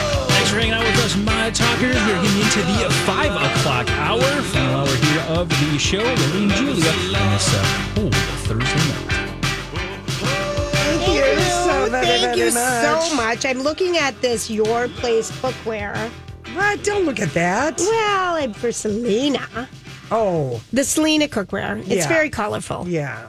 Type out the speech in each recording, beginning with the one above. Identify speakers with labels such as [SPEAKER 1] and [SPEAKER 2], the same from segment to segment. [SPEAKER 1] Thanks for hanging out with us, my talkers. We're getting into the five o'clock hour, final hour here of the show. Lily and Julia on this uh, whole Thursday night.
[SPEAKER 2] Thank you so very,
[SPEAKER 3] Thank
[SPEAKER 2] very
[SPEAKER 3] you
[SPEAKER 2] much.
[SPEAKER 3] so much. I'm looking at this Your Place Cookware.
[SPEAKER 2] But don't look at that.
[SPEAKER 3] Well, and for Selena,
[SPEAKER 2] Oh,
[SPEAKER 3] the Selena cookware. It's
[SPEAKER 2] Yeah.
[SPEAKER 3] very colorful.
[SPEAKER 2] yeah.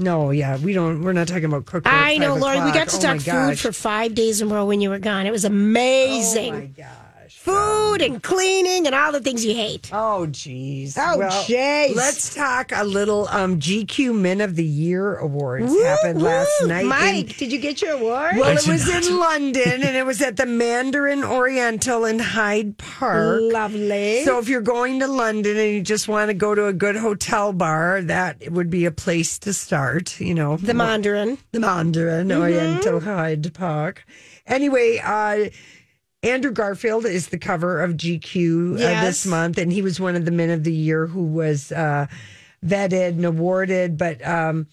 [SPEAKER 2] No, yeah, we don't. We're not talking about cookware. at
[SPEAKER 3] I know,
[SPEAKER 2] five
[SPEAKER 3] Lori. We
[SPEAKER 2] o'clock.
[SPEAKER 3] got to
[SPEAKER 2] Oh my
[SPEAKER 3] talk food
[SPEAKER 2] gosh.
[SPEAKER 3] for five days in a row when you were gone. It was amazing.
[SPEAKER 2] Oh my gosh.
[SPEAKER 3] Food and cleaning and all the things you hate.
[SPEAKER 2] Oh jeez.
[SPEAKER 3] Oh, jeez.
[SPEAKER 2] Let's talk a little. Um, GQ Men of the Year awards happened
[SPEAKER 3] Woo,
[SPEAKER 2] last
[SPEAKER 3] woo.
[SPEAKER 2] night. in-
[SPEAKER 3] Mike, did you get your award?
[SPEAKER 2] well, it
[SPEAKER 1] did
[SPEAKER 2] was
[SPEAKER 1] not.
[SPEAKER 2] in London, and it was at the Mandarin Oriental in Hyde Park.
[SPEAKER 3] Lovely.
[SPEAKER 2] So if you're going to London and you just want to go to a good hotel bar, that would be a place to start, you know.
[SPEAKER 3] the Mandarin.
[SPEAKER 2] the Mandarin Oriental Hyde Park. Anyway, uh Andrew Garfield is the cover of GQ uh,
[SPEAKER 3] Yes.
[SPEAKER 2] this month, and he was one of the men of the year who was uh, vetted and awarded. But um,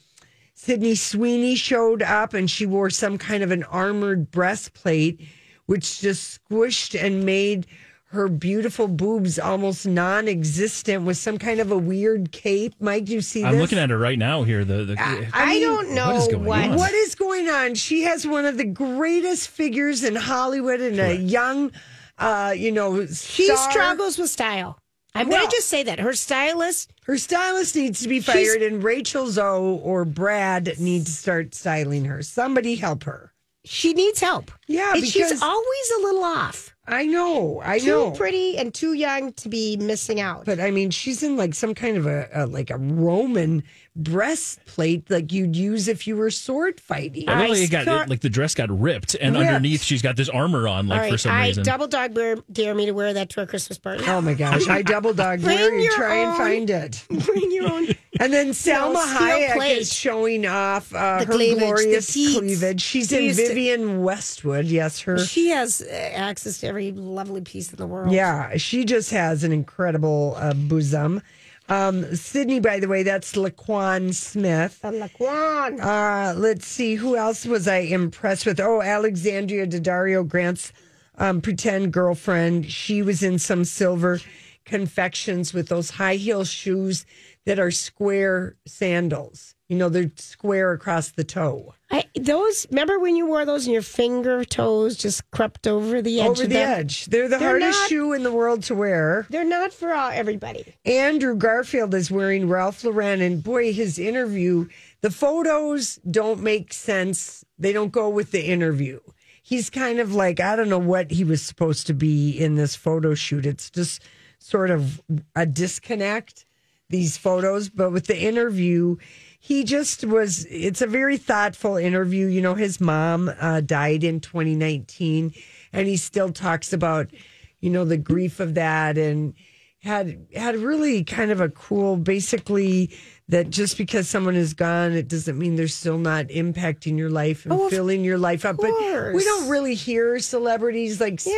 [SPEAKER 2] Sydney Sweeney showed up, and she wore some kind of an armored breastplate, which just squished and made her beautiful boobs almost non-existent with some kind of a weird cape. Mike, do you see
[SPEAKER 1] I'm
[SPEAKER 2] this?
[SPEAKER 1] looking at it right now here. The, the
[SPEAKER 3] I,
[SPEAKER 2] mean,
[SPEAKER 3] don't know
[SPEAKER 1] what is going on?
[SPEAKER 2] what is going on? She has one of the greatest figures in Hollywood and a young, uh, you know,
[SPEAKER 3] She
[SPEAKER 2] star.
[SPEAKER 3] struggles with style. I'm
[SPEAKER 2] Well-
[SPEAKER 3] going to just say that her stylist.
[SPEAKER 2] Her stylist needs to be
[SPEAKER 3] She's-
[SPEAKER 2] fired, and Rachel Zoe or Brad need to start styling her. Somebody help her.
[SPEAKER 3] She needs help.
[SPEAKER 2] Yeah,
[SPEAKER 3] and
[SPEAKER 2] because-
[SPEAKER 3] she's always a little off.
[SPEAKER 2] I know, I
[SPEAKER 3] too
[SPEAKER 2] know.
[SPEAKER 3] pretty and too young to be missing out.
[SPEAKER 2] But I mean, she's in like some kind of a, a like a Roman breastplate, like you'd use if you were sword fighting.
[SPEAKER 1] I
[SPEAKER 3] I
[SPEAKER 1] really got
[SPEAKER 3] start-
[SPEAKER 1] it, like the dress got ripped, and
[SPEAKER 2] Ripped.
[SPEAKER 1] underneath she's got this armor on, like
[SPEAKER 3] All
[SPEAKER 1] for
[SPEAKER 3] right,
[SPEAKER 1] some
[SPEAKER 3] I
[SPEAKER 1] reason.
[SPEAKER 3] double dog dare, dare me to wear that to a Christmas party.
[SPEAKER 2] Oh my gosh! I double dog dare
[SPEAKER 3] Bring
[SPEAKER 2] you.
[SPEAKER 3] your
[SPEAKER 2] Try and
[SPEAKER 3] own.
[SPEAKER 2] find it.
[SPEAKER 3] Bring your own.
[SPEAKER 2] And then Selma
[SPEAKER 3] steel
[SPEAKER 2] Hayek
[SPEAKER 3] plate.
[SPEAKER 2] is showing off uh, her
[SPEAKER 3] The cleavage, the
[SPEAKER 2] glorious
[SPEAKER 3] teats.
[SPEAKER 2] cleavage. She's
[SPEAKER 3] She
[SPEAKER 2] in
[SPEAKER 3] used to-
[SPEAKER 2] Vivian Westwood. Yes, her.
[SPEAKER 3] She has uh, access to every lovely piece in the world.
[SPEAKER 2] Yeah, she just has an incredible uh, bosom. Um, Sydney, by the way, that's Laquan Smith.
[SPEAKER 3] The Laquan.
[SPEAKER 2] Uh, let's see, who else was I impressed with? Oh, Alexandria Daddario Grant's um, pretend girlfriend. She was in some silver confections with those high heel shoes that are square sandals. You know, they're square across the toe.
[SPEAKER 3] I, those. Remember when you wore those and your finger toes just crept over the edge?
[SPEAKER 2] Over
[SPEAKER 3] of
[SPEAKER 2] the
[SPEAKER 3] them?
[SPEAKER 2] edge. They're the
[SPEAKER 3] They're
[SPEAKER 2] hardest
[SPEAKER 3] not-
[SPEAKER 2] shoe in the world to wear.
[SPEAKER 3] They're not for all, everybody.
[SPEAKER 2] Andrew Garfield is wearing Ralph Lauren, and boy, his interview, the photos don't make sense. They don't go with the interview. He's kind of like, I don't know what he was supposed to be in this photo shoot. It's just sort of a disconnect, these photos. But with the interview, he just was, it's a very thoughtful interview. You know, his mom uh, died in 2019, and he still talks about, you know, the grief of that and, had had really kind of a cool basically that just because someone is gone it doesn't mean they're still not impacting your life and
[SPEAKER 3] Oh, of
[SPEAKER 2] filling your life up but we
[SPEAKER 3] course.
[SPEAKER 2] don't really hear celebrities like speak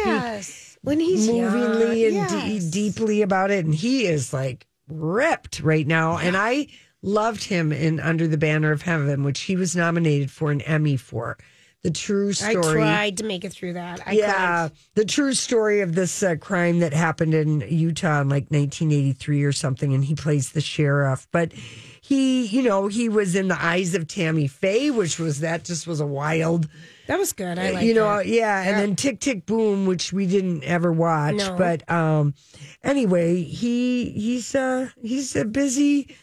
[SPEAKER 3] When he's
[SPEAKER 2] movingly
[SPEAKER 3] young,
[SPEAKER 2] and E de-
[SPEAKER 3] yes.
[SPEAKER 2] deeply about it and he is like ripped right now and i loved him in under the banner of heaven which he was nominated for an emmy for the true
[SPEAKER 3] I
[SPEAKER 2] story
[SPEAKER 3] tried to make it through that. I
[SPEAKER 2] yeah, the true story of this uh, crime that happened in Utah in like 1983 or something, and he plays the sheriff. But he, you know, he was in the eyes of Tammy Faye, which was that just was a wild
[SPEAKER 3] That was good. I like
[SPEAKER 2] Uh, you know,
[SPEAKER 3] that.
[SPEAKER 2] yeah, and then Tick Tick Boom, which we didn't ever watch,
[SPEAKER 3] No.
[SPEAKER 2] but um, anyway, he he's uh he's a busy,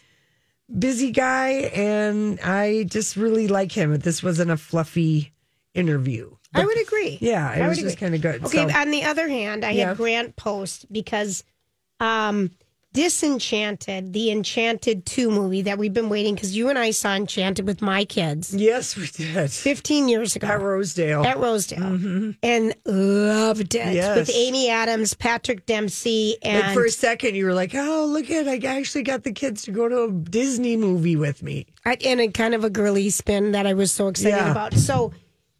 [SPEAKER 2] busy guy, and I just really like him. This wasn't a fluffy interview.
[SPEAKER 3] I would agree.
[SPEAKER 2] Yeah, it
[SPEAKER 3] I
[SPEAKER 2] was
[SPEAKER 3] would
[SPEAKER 2] just
[SPEAKER 3] agree.
[SPEAKER 2] kind of good.
[SPEAKER 3] Okay.
[SPEAKER 2] so,
[SPEAKER 3] On the other hand, I
[SPEAKER 2] Yeah.
[SPEAKER 3] had Grant Post because um, Disenchanted, the Enchanted 2 movie that we've been waiting because you and I saw Enchanted with my kids
[SPEAKER 2] yes, we did
[SPEAKER 3] 15 years ago
[SPEAKER 2] at Rosedale.
[SPEAKER 3] at Rosedale and loved it
[SPEAKER 2] Mm-hmm. Yes.
[SPEAKER 3] with Amy Adams, Patrick Dempsey, and
[SPEAKER 2] and for a second, you were like, "Oh, look at! I actually got the kids to go to a Disney movie with me."
[SPEAKER 3] I, and a kind of a girly spin that I was so excited
[SPEAKER 2] Yeah.
[SPEAKER 3] about. So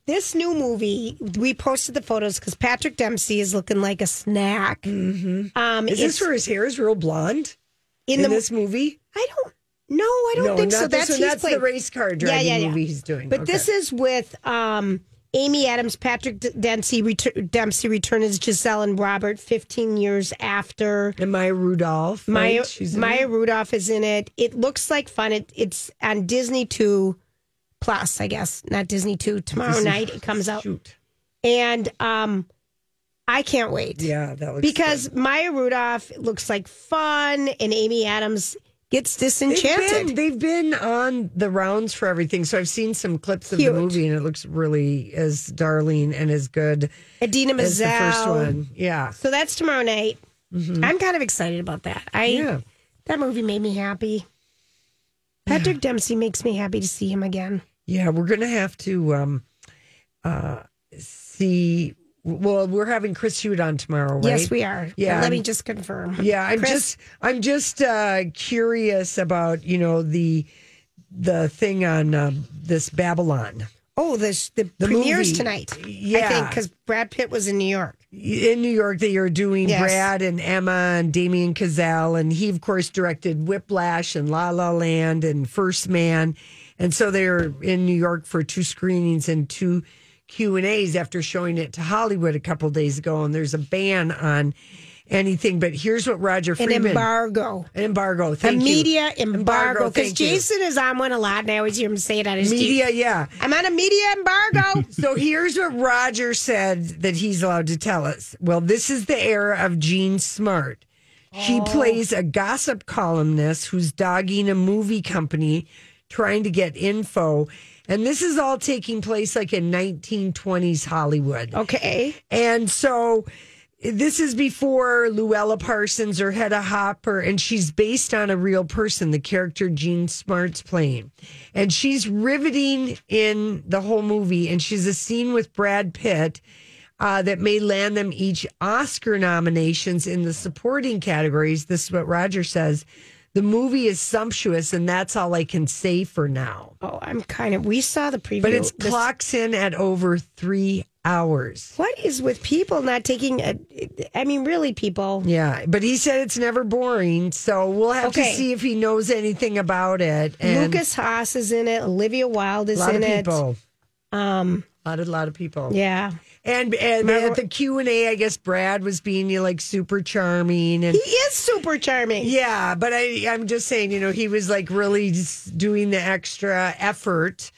[SPEAKER 3] this new movie, we posted the photos because Patrick Dempsey is looking like a snack. Mm-hmm. Um,
[SPEAKER 2] Is
[SPEAKER 3] it's
[SPEAKER 2] this where his hair is real blonde
[SPEAKER 3] in,
[SPEAKER 2] in,
[SPEAKER 3] the
[SPEAKER 2] this movie?
[SPEAKER 3] I don't. No, I don't
[SPEAKER 2] no,
[SPEAKER 3] think
[SPEAKER 2] not
[SPEAKER 3] so.
[SPEAKER 2] This
[SPEAKER 3] That's
[SPEAKER 2] one.
[SPEAKER 3] he's
[SPEAKER 2] that's
[SPEAKER 3] playing-
[SPEAKER 2] the race car driving movie he's doing.
[SPEAKER 3] But this is with um, Amy Adams, Patrick D- Dempsey, retur- Dempsey return as Giselle and Robert 15 years after.
[SPEAKER 2] and Maya Rudolph.
[SPEAKER 3] Maya,
[SPEAKER 2] right? She's in
[SPEAKER 3] Maya
[SPEAKER 2] it.
[SPEAKER 3] Rudolph is in it. It looks like fun. It, it's on Disney 2 Plus, I guess. Not Disney 2. Tomorrow
[SPEAKER 2] This is-
[SPEAKER 3] night it comes out.
[SPEAKER 2] Shoot.
[SPEAKER 3] And um, I can't wait.
[SPEAKER 2] Yeah, that looks
[SPEAKER 3] Because Maya Rudolph looks like fun and Amy Adams gets
[SPEAKER 2] good. they've
[SPEAKER 3] disenchanted.
[SPEAKER 2] been, they've been on the rounds for everything. So I've seen some clips of
[SPEAKER 3] Cute.
[SPEAKER 2] the movie, and it looks really as darling and as good
[SPEAKER 3] Adina
[SPEAKER 2] as the first
[SPEAKER 3] Menzel.
[SPEAKER 2] one. Yeah,
[SPEAKER 3] So that's tomorrow night. I'm kind of excited about that. I
[SPEAKER 2] Mm-hmm. Yeah.
[SPEAKER 3] that movie made me happy. Patrick Dempsey makes me happy to see him again.
[SPEAKER 2] yeah. We're gonna have to um, uh, see. Well, we're having Chris Hewitt on tomorrow, right?
[SPEAKER 3] Yes, we are.
[SPEAKER 2] Yeah,
[SPEAKER 3] Let
[SPEAKER 2] I'm-
[SPEAKER 3] me just confirm.
[SPEAKER 2] Yeah, I'm
[SPEAKER 3] Chris?
[SPEAKER 2] just I'm just uh, curious about you know the the thing on uh, this Babylon
[SPEAKER 3] Oh, this the, premieres
[SPEAKER 2] movie.
[SPEAKER 3] tonight. I think
[SPEAKER 2] Yeah.
[SPEAKER 3] because Brad Pitt was in New York.
[SPEAKER 2] in New York that you're doing
[SPEAKER 3] Yes.
[SPEAKER 2] Brad and Emma and Damien Chazelle and he of course directed Whiplash and La La Land and First Man and so they're in New York for two screenings and two Q and A's after showing it to Hollywood a couple days ago and there's a ban on anything but here's what Roger
[SPEAKER 3] An
[SPEAKER 2] Freeman
[SPEAKER 3] embargo.
[SPEAKER 2] An embargo thank
[SPEAKER 3] a
[SPEAKER 2] you.
[SPEAKER 3] media embargo. Because
[SPEAKER 2] thank you.
[SPEAKER 3] Jason is on one a lot, and I always hear him say it on his
[SPEAKER 2] media yeah
[SPEAKER 3] I'm on a media embargo.
[SPEAKER 2] So here's what Roger said that he's allowed to tell us. Well, this is the era of Jean Smart. She plays a gossip columnist who's dogging a movie company trying to get info. And this is all taking place like in 1920s Hollywood.
[SPEAKER 3] okay.
[SPEAKER 2] And so this is before Luella Parsons or Hedda Hopper, and she's based on a real person, the character Jean Smart's playing. And she's riveting in the whole movie, and she's a scene with Brad Pitt. Uh, that may land them each Oscar nominations in the supporting categories. This is what Roger says. The movie is sumptuous, and that's all I can say for now.
[SPEAKER 3] Oh, I'm kind of. We saw the preview.
[SPEAKER 2] But it's
[SPEAKER 3] this-
[SPEAKER 2] clocks in at over three hours.
[SPEAKER 3] What is with people not taking? A, I mean, really, people.
[SPEAKER 2] Yeah, but he said it's never boring, so we'll have
[SPEAKER 3] Okay.
[SPEAKER 2] to see if he knows anything about it. And
[SPEAKER 3] Lucas Haas is in it. Olivia Wilde is
[SPEAKER 2] a lot
[SPEAKER 3] in
[SPEAKER 2] of
[SPEAKER 3] it.
[SPEAKER 2] people,
[SPEAKER 3] Um,
[SPEAKER 2] a lot of lot of people.
[SPEAKER 3] yeah,
[SPEAKER 2] and and
[SPEAKER 3] Remember-
[SPEAKER 2] at the Q and A, I guess Brad was being you know, like super charming and.
[SPEAKER 3] he is super charming.
[SPEAKER 2] yeah, but I, I'm just saying, you know, he was like really just doing the extra effort.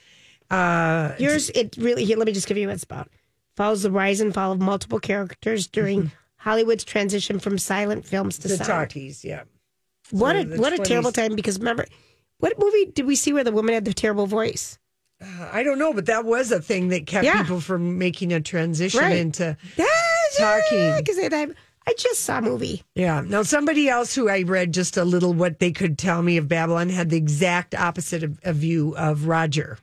[SPEAKER 2] Uh,
[SPEAKER 3] Yours, it really. Here, let me just give you what it's about. Follows the rise and fall of multiple characters during Hollywood's transition from silent films to
[SPEAKER 2] Mm-hmm. the
[SPEAKER 3] sound.
[SPEAKER 2] talkies, yeah.
[SPEAKER 3] What a
[SPEAKER 2] So the
[SPEAKER 3] what a terrible
[SPEAKER 2] 20s.
[SPEAKER 3] time! Because remember, what movie did we see where the woman had the terrible voice?
[SPEAKER 2] I don't know, but that was a thing that kept
[SPEAKER 3] Yeah.
[SPEAKER 2] people from making a transition
[SPEAKER 3] Right.
[SPEAKER 2] into
[SPEAKER 3] Yeah,
[SPEAKER 2] Talking.
[SPEAKER 3] Because I, I just saw a movie.
[SPEAKER 2] Yeah. Now, somebody else who I read just a little what they could tell me of Babylon had the exact opposite of, of view of Roger.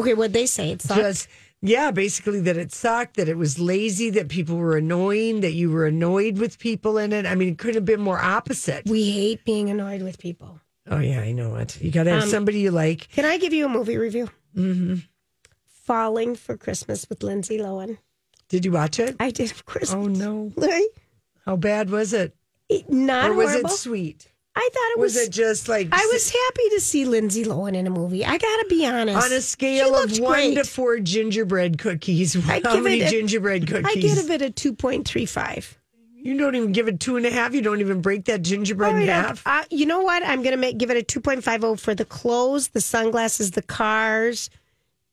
[SPEAKER 3] Okay, what they say? It's
[SPEAKER 2] Just yeah, basically that it sucked, that it was lazy, that people were annoying, that you were annoyed with people in it. I mean, it couldn't have been more opposite.
[SPEAKER 3] we hate being annoyed with people.
[SPEAKER 2] Oh yeah, I know it. You got to have
[SPEAKER 3] Um,
[SPEAKER 2] somebody you like.
[SPEAKER 3] Can I give you a movie review? Mm-hmm. Falling for Christmas with Lindsay Lohan.
[SPEAKER 2] Did you watch it?
[SPEAKER 3] I did, of course.
[SPEAKER 2] Oh no,
[SPEAKER 3] Like,
[SPEAKER 2] how bad was it?
[SPEAKER 3] it- not
[SPEAKER 2] Or was it
[SPEAKER 3] horrible.
[SPEAKER 2] sweet?
[SPEAKER 3] I thought it was.
[SPEAKER 2] Was it just like
[SPEAKER 3] I was happy to see Lindsay Lohan in a movie. I gotta be honest.
[SPEAKER 2] on a
[SPEAKER 3] She
[SPEAKER 2] scale of
[SPEAKER 3] looked
[SPEAKER 2] one
[SPEAKER 3] great.
[SPEAKER 2] to four gingerbread cookies?
[SPEAKER 3] I
[SPEAKER 2] How
[SPEAKER 3] give
[SPEAKER 2] many
[SPEAKER 3] it a-
[SPEAKER 2] gingerbread
[SPEAKER 3] I
[SPEAKER 2] cookies?
[SPEAKER 3] give it a two point three five.
[SPEAKER 2] You don't even give it two and a half. You don't even break that gingerbread in half.
[SPEAKER 3] uh, you know oh what? I'm gonna make give it a two point five zero for the clothes, the sunglasses, the cars,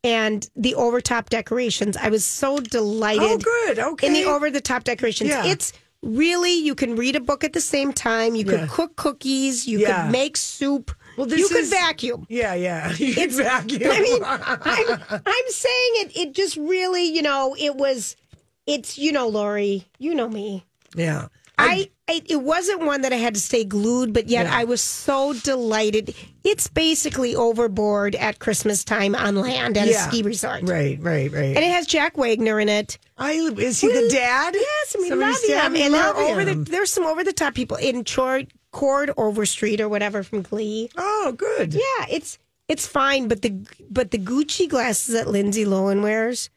[SPEAKER 3] and the over top decorations. I was so delighted.
[SPEAKER 2] Oh, good. Okay.
[SPEAKER 3] In the over the top decorations.
[SPEAKER 2] Yeah.
[SPEAKER 3] It's really, you can read a book at the same time. You could
[SPEAKER 2] Yeah.
[SPEAKER 3] cook cookies. You
[SPEAKER 2] Yeah.
[SPEAKER 3] could make soup.
[SPEAKER 2] Well,
[SPEAKER 3] you
[SPEAKER 2] this
[SPEAKER 3] could
[SPEAKER 2] is-
[SPEAKER 3] vacuum.
[SPEAKER 2] Yeah, yeah. You can vacuum.
[SPEAKER 3] I mean, I'm, I'm saying it, it just really, you know, it was, it's, you know, Lori, you know me.
[SPEAKER 2] yeah.
[SPEAKER 3] I, I it wasn't one that I had to stay glued, but yet I was so delighted. It's basically overboard at Christmas time on land at
[SPEAKER 2] Yeah.
[SPEAKER 3] a ski resort,
[SPEAKER 2] Right, right, right.
[SPEAKER 3] and it has Jack Wagner in it.
[SPEAKER 2] I is he the dad?
[SPEAKER 3] Yes, and we
[SPEAKER 2] Somebody's
[SPEAKER 3] love
[SPEAKER 2] dad?
[SPEAKER 3] him.
[SPEAKER 2] We
[SPEAKER 3] and
[SPEAKER 2] love
[SPEAKER 3] they're over
[SPEAKER 2] him.
[SPEAKER 3] the there's some over the top people in Chord Cord Overstreet or whatever from Glee.
[SPEAKER 2] Oh, good.
[SPEAKER 3] Yeah, it's it's fine, but the but the Gucci glasses that Lindsay Lohan wears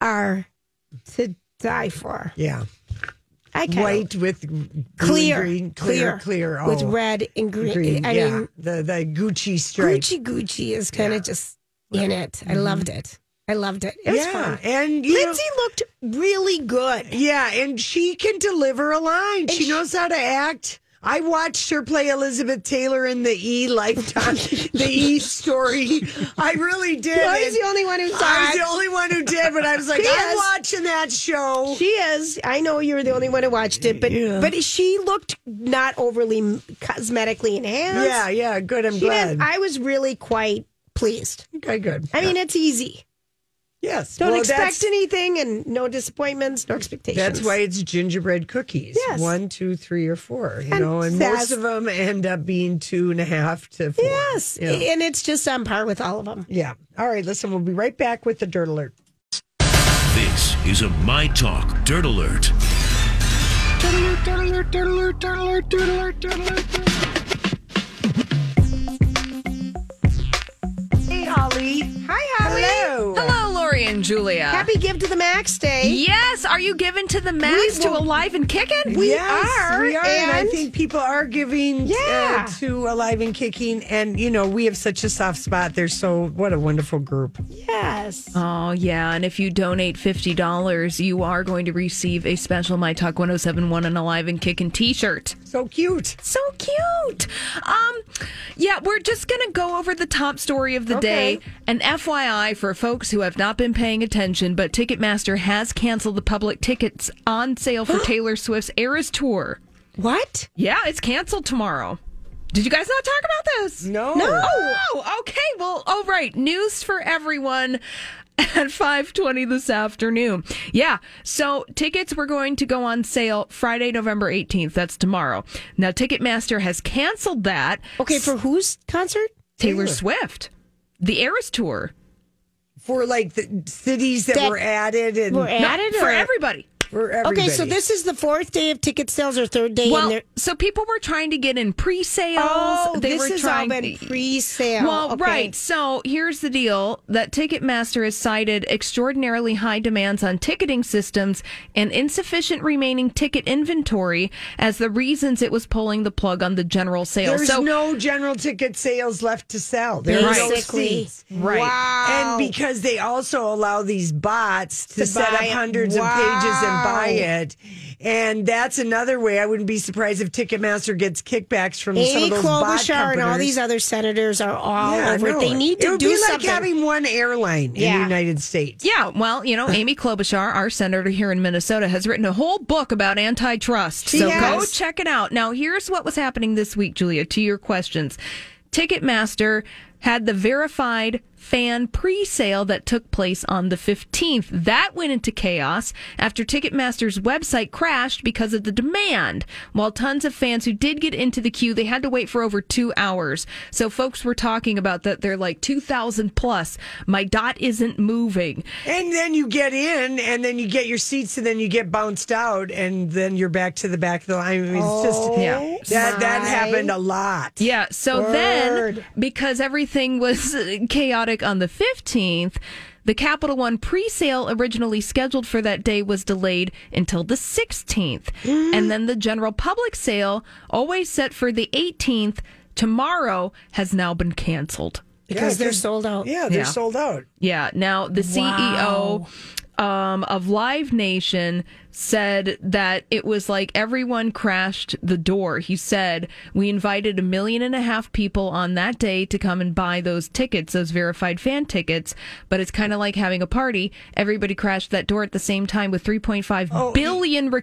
[SPEAKER 3] are to die for.
[SPEAKER 2] Yeah.
[SPEAKER 3] I kinda-
[SPEAKER 2] White with green,
[SPEAKER 3] clear,
[SPEAKER 2] green, clear, clear,
[SPEAKER 3] with
[SPEAKER 2] oh,
[SPEAKER 3] red and green.
[SPEAKER 2] green.
[SPEAKER 3] I
[SPEAKER 2] yeah,
[SPEAKER 3] mean,
[SPEAKER 2] the the Gucci stripe.
[SPEAKER 3] Gucci Gucci is kind of just in it. I loved it. I loved it. It was
[SPEAKER 2] Mm-hmm. yeah,
[SPEAKER 3] fun.
[SPEAKER 2] and you know-
[SPEAKER 3] Lindsay looked really good.
[SPEAKER 2] yeah, and she can deliver a line. She, knows how to act. I watched her play Elizabeth Taylor in the E Lifetime, the E story. I really did.
[SPEAKER 3] Lori's
[SPEAKER 2] and
[SPEAKER 3] the only one who
[SPEAKER 2] I
[SPEAKER 3] saw
[SPEAKER 2] was the
[SPEAKER 3] it.
[SPEAKER 2] only one who did, but I was like, I'm
[SPEAKER 3] Yes.
[SPEAKER 2] watching that show.
[SPEAKER 3] She is. I know you were the only one who watched it, but but she looked not overly cosmetically enhanced.
[SPEAKER 2] Yeah, yeah, good. I'm
[SPEAKER 3] She
[SPEAKER 2] glad.
[SPEAKER 3] did. I was really quite pleased.
[SPEAKER 2] okay, good.
[SPEAKER 3] I mean, it's easy.
[SPEAKER 2] yes.
[SPEAKER 3] Don't
[SPEAKER 2] Well, that's-
[SPEAKER 3] expect anything and no disappointments, no expectations.
[SPEAKER 2] That's why it's gingerbread cookies.
[SPEAKER 3] Yes.
[SPEAKER 2] One, two, three, or four. You
[SPEAKER 3] And
[SPEAKER 2] know, and most
[SPEAKER 3] that's-
[SPEAKER 2] of them end up being two and a half to four.
[SPEAKER 3] Yes.
[SPEAKER 2] You know.
[SPEAKER 3] And it's just on par with all of them.
[SPEAKER 2] Yeah. All right. Listen, we'll be right back with the dirt alert.
[SPEAKER 4] This is a My Talk Dirt Alert.
[SPEAKER 2] Hey, Holly.
[SPEAKER 3] Hi, Holly.
[SPEAKER 2] Hello.
[SPEAKER 5] Hello, Lori and Julia.
[SPEAKER 3] Happy Give to the Max Day.
[SPEAKER 5] Yes, are you giving to the max to alive and kicking?
[SPEAKER 3] We
[SPEAKER 2] yes,
[SPEAKER 3] are,
[SPEAKER 2] We are. And, I
[SPEAKER 3] and-
[SPEAKER 2] think people are giving
[SPEAKER 3] Yeah.
[SPEAKER 2] uh, to Alive and Kicking. And, you know, we have such a soft spot. They're so, what a wonderful group.
[SPEAKER 3] Yes.
[SPEAKER 5] Oh yeah, and if you donate fifty dollars, you are going to receive a special My Talk 1071 and Alive and Kickin' T-shirt.
[SPEAKER 2] So cute.
[SPEAKER 5] So cute. Um, yeah, we're just gonna go over the top story of the day. And FYI, for folks who have not been paying attention, but Ticketmaster has canceled the public tickets on sale for Taylor Swift's Eras tour.
[SPEAKER 3] What?
[SPEAKER 5] Yeah, it's canceled tomorrow. Did you guys not talk about this?
[SPEAKER 2] No.
[SPEAKER 5] No. Oh, okay. Well, all right. News for everyone at 5:20 this afternoon. Yeah. So, tickets were going to go on sale Friday, November 18th. That's tomorrow. Now, Ticketmaster has canceled that
[SPEAKER 3] Okay, for whose concert?
[SPEAKER 5] Taylor Swift, the Eras tour.
[SPEAKER 2] For like the cities that,
[SPEAKER 3] That
[SPEAKER 2] were added and
[SPEAKER 3] Were
[SPEAKER 5] No,
[SPEAKER 3] added
[SPEAKER 5] for
[SPEAKER 3] or-
[SPEAKER 5] everybody.
[SPEAKER 2] for everybody.
[SPEAKER 3] Okay, so this is the fourth day of ticket sales or third day.
[SPEAKER 5] Well,
[SPEAKER 3] and they're-
[SPEAKER 5] so people were trying to get in pre-sales.
[SPEAKER 3] oh,
[SPEAKER 5] they
[SPEAKER 3] this
[SPEAKER 5] were
[SPEAKER 3] has
[SPEAKER 5] trying
[SPEAKER 3] all been pre-sale.
[SPEAKER 5] Well,
[SPEAKER 3] Okay.
[SPEAKER 5] right. So here's the deal that Ticketmaster has cited extraordinarily high demands on ticketing systems and insufficient remaining ticket inventory as the reasons it was pulling the plug on the general sale.
[SPEAKER 2] There's
[SPEAKER 5] so
[SPEAKER 2] no general ticket sales left to sell. There are no
[SPEAKER 3] Basically,
[SPEAKER 2] seats.
[SPEAKER 5] Right.
[SPEAKER 3] Wow.
[SPEAKER 2] And because they also allow these bots to,
[SPEAKER 3] To
[SPEAKER 2] set up
[SPEAKER 3] buy it.
[SPEAKER 2] hundreds of pages and buy
[SPEAKER 3] Wow.
[SPEAKER 2] it. And that's another way. I wouldn't be surprised if Ticketmaster gets kickback's from some
[SPEAKER 3] Amy
[SPEAKER 2] of those bot
[SPEAKER 3] Klobuchar and all
[SPEAKER 2] companies.
[SPEAKER 3] these other senators are all
[SPEAKER 2] Yeah, I
[SPEAKER 3] over it.
[SPEAKER 2] know.
[SPEAKER 3] They need to
[SPEAKER 2] it would
[SPEAKER 3] do
[SPEAKER 2] be like
[SPEAKER 3] something.
[SPEAKER 2] having one airline in
[SPEAKER 3] Yeah.
[SPEAKER 2] the United States.
[SPEAKER 5] yeah, well, you know, Amy Klobuchar, our senator here in Minnesota, has written a whole book about antitrust. So go
[SPEAKER 3] has.
[SPEAKER 5] check it out. Now, here's what was happening this week, Julia, to your questions. Ticketmaster had the verified fan pre sale that took place on the 15th. That went into chaos after Ticketmaster's website crashed because of the demand. While tons of fans who did get into the queue, they had to wait for over two hours. So folks were talking about that. They're like 2,000 plus. My dot isn't moving.
[SPEAKER 2] And then you get in, and then you get your seats, and then you get bounced out, and then you're back to the back of the line. I mean, it's just
[SPEAKER 5] Yeah.
[SPEAKER 2] that that
[SPEAKER 3] Oh my
[SPEAKER 2] happened a lot.
[SPEAKER 5] Yeah. So
[SPEAKER 3] Word.
[SPEAKER 5] then, because everything was chaotic on the 15th, the Capital One pre sale originally scheduled for that day was delayed until the 16th. And then the general public sale, always set for the 18th, tomorrow, has now been canceled.
[SPEAKER 3] because
[SPEAKER 2] Yeah,
[SPEAKER 3] they're sold out.
[SPEAKER 2] Yeah, they're
[SPEAKER 5] Yeah.
[SPEAKER 2] sold out.
[SPEAKER 5] Yeah. Now, the CEO E um, of Live Nation said that it was like everyone crashed the door. He said, We invited a million and a half people on that day to come and buy those tickets, those verified fan tickets, but it's kind of like having a party. Everybody crashed that door at the same time with 3.5 billion
[SPEAKER 2] Oh,
[SPEAKER 5] re-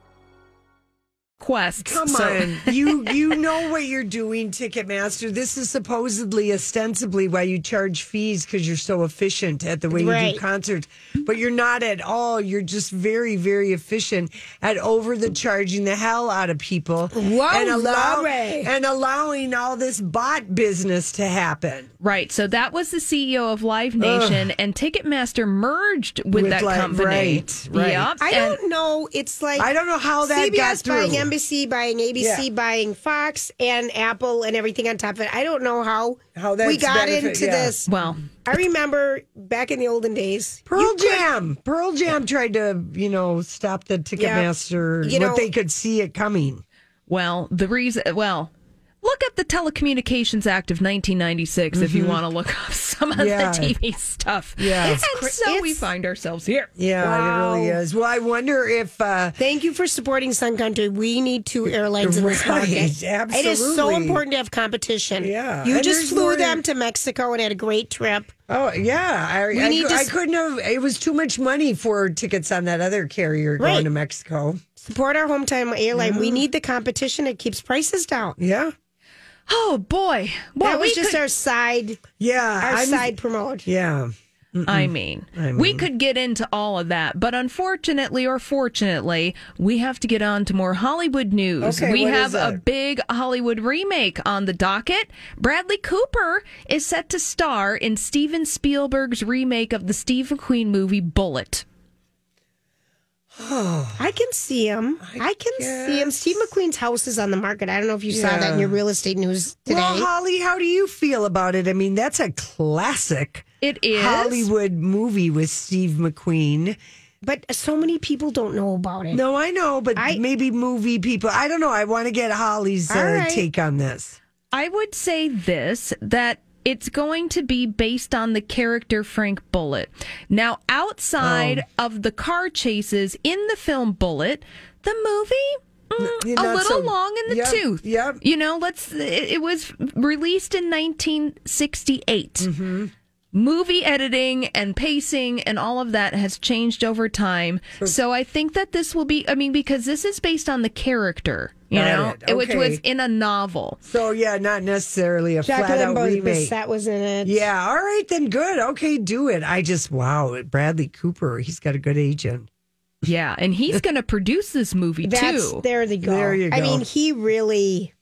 [SPEAKER 5] quests.
[SPEAKER 2] Come
[SPEAKER 5] So-
[SPEAKER 2] on, you you know what you're doing, Ticketmaster. This is supposedly, ostensibly, why you charge fees because you're so efficient at the way you
[SPEAKER 3] Right.
[SPEAKER 2] do concerts. But you're not at all. You're just very, very efficient at over the charging the hell out of people
[SPEAKER 3] Whoa, Lori.
[SPEAKER 2] and allowing all this bot business to happen.
[SPEAKER 5] Right. So that was the CEO of Live Nation, and Ticketmaster merged with,
[SPEAKER 2] With
[SPEAKER 5] that
[SPEAKER 2] Live-
[SPEAKER 5] company.
[SPEAKER 2] right, right.
[SPEAKER 5] Yep.
[SPEAKER 3] I
[SPEAKER 5] and-
[SPEAKER 3] don't know. It's like
[SPEAKER 2] I don't know how that
[SPEAKER 3] CBS
[SPEAKER 2] got through.
[SPEAKER 3] buying NBC, buying ABC,
[SPEAKER 2] Yeah.
[SPEAKER 3] buying Fox and Apple and everything on top of it. I don't know how
[SPEAKER 2] How that's
[SPEAKER 3] we got
[SPEAKER 2] benefit-
[SPEAKER 3] into
[SPEAKER 2] yeah.
[SPEAKER 3] this.
[SPEAKER 5] Well,
[SPEAKER 3] I remember back in the olden days,
[SPEAKER 2] Pearl
[SPEAKER 3] you could-
[SPEAKER 2] Jam. Pearl Jam tried to, you know, stop the Ticketmaster.
[SPEAKER 3] You
[SPEAKER 2] what
[SPEAKER 3] know-
[SPEAKER 2] they could see it coming.
[SPEAKER 5] well, the reason, well, look up the Telecommunications Act of 1996 if you want to look up some of
[SPEAKER 2] Mm-hmm. Yeah.
[SPEAKER 5] the TV stuff.
[SPEAKER 2] Yeah.
[SPEAKER 5] And
[SPEAKER 2] It's
[SPEAKER 5] so we
[SPEAKER 3] it's-
[SPEAKER 5] find ourselves here.
[SPEAKER 2] Yeah, it really
[SPEAKER 3] Wow.
[SPEAKER 2] is. Well, I wonder if uh,
[SPEAKER 3] Thank you for supporting Sun Country. We need two airlines in this
[SPEAKER 2] Right,
[SPEAKER 3] market. It is so
[SPEAKER 2] absolutely.
[SPEAKER 3] important to have competition.
[SPEAKER 2] Yeah,
[SPEAKER 3] You
[SPEAKER 2] and
[SPEAKER 3] just
[SPEAKER 2] there's
[SPEAKER 3] flew
[SPEAKER 2] more-
[SPEAKER 3] them to Mexico and had a great trip.
[SPEAKER 2] Oh yeah, I,
[SPEAKER 3] We
[SPEAKER 2] I,
[SPEAKER 3] need
[SPEAKER 2] cou-
[SPEAKER 3] to
[SPEAKER 2] I
[SPEAKER 3] s-
[SPEAKER 2] couldn't have. It was too much money for tickets on that other carrier
[SPEAKER 3] Right.
[SPEAKER 2] going to Mexico.
[SPEAKER 3] Support our hometown airline.
[SPEAKER 2] Mm-hmm.
[SPEAKER 3] We need the competition. It keeps prices down.
[SPEAKER 2] Yeah,
[SPEAKER 5] Oh, boy. Well,
[SPEAKER 3] that was
[SPEAKER 5] we
[SPEAKER 3] just
[SPEAKER 5] could-
[SPEAKER 3] our side
[SPEAKER 2] yeah,
[SPEAKER 3] our
[SPEAKER 2] I'm-
[SPEAKER 3] side promote.
[SPEAKER 2] Yeah,
[SPEAKER 5] I mean, we could get into all of that, but unfortunately or fortunately, we have to get on to more Hollywood news.
[SPEAKER 2] Okay,
[SPEAKER 5] we
[SPEAKER 2] what
[SPEAKER 5] have
[SPEAKER 2] is
[SPEAKER 5] a
[SPEAKER 2] it?
[SPEAKER 5] big Hollywood remake on the docket. Bradley Cooper is set to star in Steven Spielberg's remake of the Steve McQueen movie Bullet.
[SPEAKER 3] I can see him. I, can see him. Steve McQueen's house is on the market. I don't know if you saw that in your real estate news today.
[SPEAKER 2] Well, Holly, how do you feel about it? I mean, that's a classic
[SPEAKER 5] It is
[SPEAKER 2] Hollywood movie with Steve McQueen.
[SPEAKER 3] but so many people don't know about it.
[SPEAKER 2] No, I know, but
[SPEAKER 3] I-
[SPEAKER 2] maybe movie people. I don't know. I want to get Holly's uh,
[SPEAKER 3] All right.
[SPEAKER 2] take on this.
[SPEAKER 5] I would say this that it's going to be based on the character Frank Bullet. Now, outside
[SPEAKER 2] Oh.
[SPEAKER 5] of the car chases in the film Bullet, the movie. mm,
[SPEAKER 2] You're
[SPEAKER 5] a
[SPEAKER 2] not
[SPEAKER 5] little
[SPEAKER 2] so-
[SPEAKER 5] long in the
[SPEAKER 2] Yep,
[SPEAKER 5] tooth.
[SPEAKER 2] yep.
[SPEAKER 5] You know, let's. It, it was released in 1968.
[SPEAKER 2] Mm-hmm.
[SPEAKER 5] Movie editing and pacing and all of that has changed over time. So I think that this will be. I mean, because this is based on the character, you
[SPEAKER 2] Got
[SPEAKER 5] know,
[SPEAKER 2] it.
[SPEAKER 5] which
[SPEAKER 2] Okay.
[SPEAKER 5] was in a novel.
[SPEAKER 2] So yeah, not necessarily a flat
[SPEAKER 3] Jacqueline
[SPEAKER 2] out remake.
[SPEAKER 3] Bisset was in it.
[SPEAKER 2] Yeah, all right then, good. Okay, do it. I just wow, Bradley Cooper, he's got a good agent.
[SPEAKER 5] Yeah, and he's going to produce this movie
[SPEAKER 3] That's
[SPEAKER 5] too.
[SPEAKER 3] there they go.
[SPEAKER 2] There you
[SPEAKER 3] I
[SPEAKER 2] go. Mm-hmm.
[SPEAKER 3] mean, he really.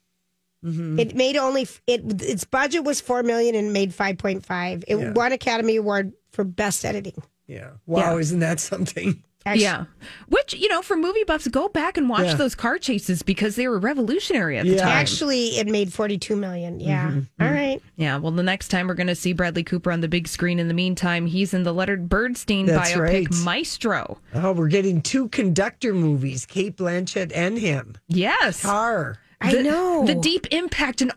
[SPEAKER 3] It made only f- it. Its budget was four million and made five point five. It won Academy Award for best editing.
[SPEAKER 2] Yeah. Wow, isn't that something?
[SPEAKER 3] Actually,
[SPEAKER 5] yeah, which you know, for movie buffs, go back and watch
[SPEAKER 2] Yeah.
[SPEAKER 5] those car chases because they were revolutionary at the
[SPEAKER 2] Yeah.
[SPEAKER 5] time.
[SPEAKER 3] Actually, it made forty two million. Yeah.
[SPEAKER 2] Mm-hmm.
[SPEAKER 3] All right.
[SPEAKER 5] yeah. Well, the next time we're going to see Bradley Cooper on the big screen. In the meantime, he's in the Leonard Bernstein
[SPEAKER 2] That's
[SPEAKER 5] biopic
[SPEAKER 2] right.
[SPEAKER 5] Maestro.
[SPEAKER 2] Oh, we're getting two conductor movies, Kate Blanchett and him.
[SPEAKER 5] Yes,
[SPEAKER 2] Tar.
[SPEAKER 3] I know.
[SPEAKER 5] the deep impact and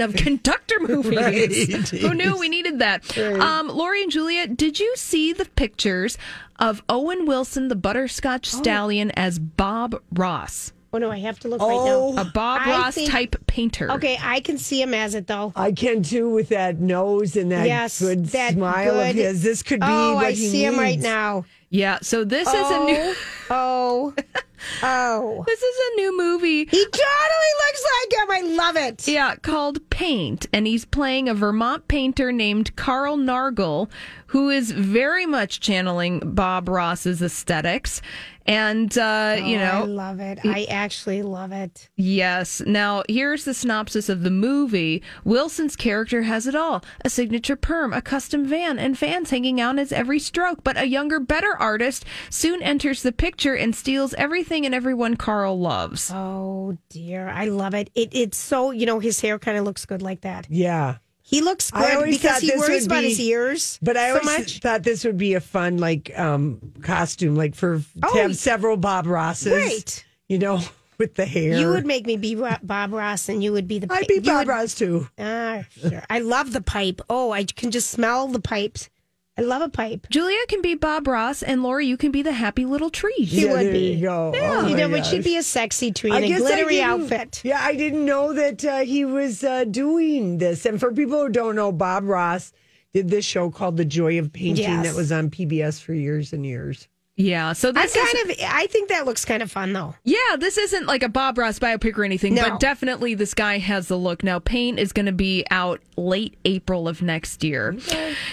[SPEAKER 5] of conductor movies. Who knew we needed that? Um, Lori and Julia, did you see the pictures of Owen Wilson, the butterscotch
[SPEAKER 2] Oh.
[SPEAKER 5] stallion, as Bob Ross?
[SPEAKER 3] oh no, I have to look right now.
[SPEAKER 5] a
[SPEAKER 2] Oh,
[SPEAKER 5] Bob
[SPEAKER 3] I
[SPEAKER 5] Ross
[SPEAKER 3] think-
[SPEAKER 5] type painter.
[SPEAKER 3] Okay, I can see him as it though.
[SPEAKER 2] I can too with that nose and that
[SPEAKER 3] yes,
[SPEAKER 2] good
[SPEAKER 3] that
[SPEAKER 2] smile
[SPEAKER 3] good.
[SPEAKER 2] of his. This could be
[SPEAKER 3] Oh,
[SPEAKER 2] what
[SPEAKER 3] I
[SPEAKER 2] he
[SPEAKER 3] see him right
[SPEAKER 2] needs.
[SPEAKER 3] now.
[SPEAKER 5] Yeah, so this is a new
[SPEAKER 3] Oh, oh.
[SPEAKER 5] this is a new movie.
[SPEAKER 3] He totally looks like him. I love it.
[SPEAKER 5] Yeah, called Paint, and he's playing a Vermont painter named Carl Nargle, who is very much channeling Bob Ross's aesthetics. And uh, you know,
[SPEAKER 3] I love it. I actually love it.
[SPEAKER 5] Yes. Now, here's the synopsis of the movie. Wilson's character has it all a signature perm, a custom van, and fans hanging out his every stroke. But a younger, better artist soon enters the picture and steals everything and everyone Carl loves.
[SPEAKER 3] Oh dear, I love it. It it's so you know his hair kind of looks good like that.
[SPEAKER 2] Yeah.
[SPEAKER 3] He looks
[SPEAKER 2] I
[SPEAKER 3] good
[SPEAKER 2] always
[SPEAKER 3] because
[SPEAKER 2] thought
[SPEAKER 3] he
[SPEAKER 2] this
[SPEAKER 3] worries
[SPEAKER 2] would
[SPEAKER 3] about
[SPEAKER 2] be-
[SPEAKER 3] his ears.
[SPEAKER 2] But I
[SPEAKER 3] so
[SPEAKER 2] always
[SPEAKER 3] much.
[SPEAKER 2] thought this would be a fun like um costume, like for
[SPEAKER 3] Oh,
[SPEAKER 2] to have several Bob Rosses.
[SPEAKER 3] Right.
[SPEAKER 2] You know, with the hair.
[SPEAKER 3] You would make me be Ro- Bob Ross, and you would be the.
[SPEAKER 2] I'd
[SPEAKER 3] pi-
[SPEAKER 2] be
[SPEAKER 3] you
[SPEAKER 2] Bob
[SPEAKER 3] would-
[SPEAKER 2] Ross too.
[SPEAKER 3] Ah, sure. I love the pipe. Oh, I can just smell the pipes. I love a pipe.
[SPEAKER 5] Julia can be Bob Ross, and Lori, you can be the happy little tree.
[SPEAKER 3] She would
[SPEAKER 2] there
[SPEAKER 3] be.
[SPEAKER 2] you go.
[SPEAKER 3] Yeah.
[SPEAKER 2] Oh
[SPEAKER 3] you
[SPEAKER 2] my
[SPEAKER 3] know, but she'd
[SPEAKER 2] gosh.
[SPEAKER 3] be a sexy tree
[SPEAKER 2] I
[SPEAKER 3] in a
[SPEAKER 2] guess I
[SPEAKER 3] glittery
[SPEAKER 2] didn't-
[SPEAKER 3] outfit.
[SPEAKER 2] Yeah, I didn't know that uh, he was uh, doing this. And for people who don't know, Bob Ross did this show called The Joy of Painting
[SPEAKER 3] Yes.
[SPEAKER 2] that was on PBS for years and years.
[SPEAKER 5] Yeah. So
[SPEAKER 3] I
[SPEAKER 5] this is.
[SPEAKER 3] kind of. I think that looks kind of fun though.
[SPEAKER 5] Yeah, this isn't like a Bob Ross biopic or anything,
[SPEAKER 3] No.
[SPEAKER 5] but definitely this guy has the look. Now, Paint is going to be out late April of next year.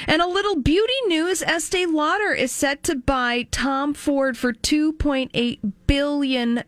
[SPEAKER 5] And a little beauty news Estee Lauder is set to buy Tom Ford for $2.8 billion.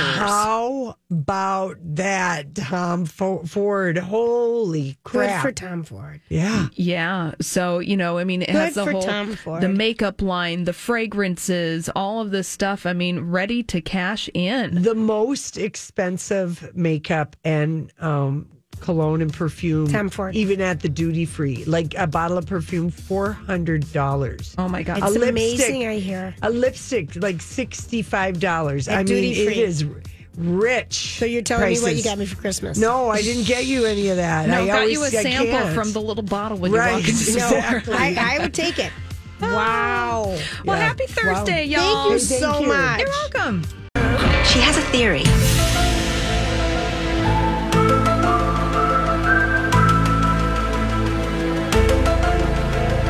[SPEAKER 2] How about that, Tom Fo- Ford? Holy crap.
[SPEAKER 3] Good for Tom Ford.
[SPEAKER 2] yeah.
[SPEAKER 5] Yeah. So, you know, I mean, it has
[SPEAKER 3] Good
[SPEAKER 5] the
[SPEAKER 3] for
[SPEAKER 5] whole
[SPEAKER 3] Tom Ford.
[SPEAKER 5] the makeup line, the fragrances, all of this stuff. I mean, ready to cash in.
[SPEAKER 2] The most expensive makeup and um, cologne and perfume,
[SPEAKER 3] Tom Ford.
[SPEAKER 2] even at the duty free, like a bottle of perfume, $400.
[SPEAKER 5] Oh my
[SPEAKER 2] A
[SPEAKER 5] God.
[SPEAKER 3] It's
[SPEAKER 2] lipstick.
[SPEAKER 3] amazing. I hear.
[SPEAKER 2] A lipstick, like sixty-five dollars.
[SPEAKER 3] At
[SPEAKER 2] I mean,
[SPEAKER 3] duty
[SPEAKER 2] it
[SPEAKER 3] free.
[SPEAKER 2] is r- rich.
[SPEAKER 3] So you're telling me what you
[SPEAKER 2] prices.
[SPEAKER 3] got me for Christmas?
[SPEAKER 2] No, I didn't get you any of that.
[SPEAKER 5] No,
[SPEAKER 2] I
[SPEAKER 5] I got
[SPEAKER 2] always,
[SPEAKER 5] you a
[SPEAKER 2] I
[SPEAKER 5] sample
[SPEAKER 2] can't.
[SPEAKER 5] from the little bottle when you
[SPEAKER 2] Right,
[SPEAKER 5] walk into the store.
[SPEAKER 2] exactly.
[SPEAKER 3] I, I would take it. Wow.
[SPEAKER 5] Well,
[SPEAKER 2] Yeah.
[SPEAKER 5] happy Thursday,
[SPEAKER 2] Wow.
[SPEAKER 5] y'all.
[SPEAKER 3] Thank you
[SPEAKER 2] Thank
[SPEAKER 3] so
[SPEAKER 2] you.
[SPEAKER 3] much.
[SPEAKER 5] You're welcome.
[SPEAKER 6] She has a theory.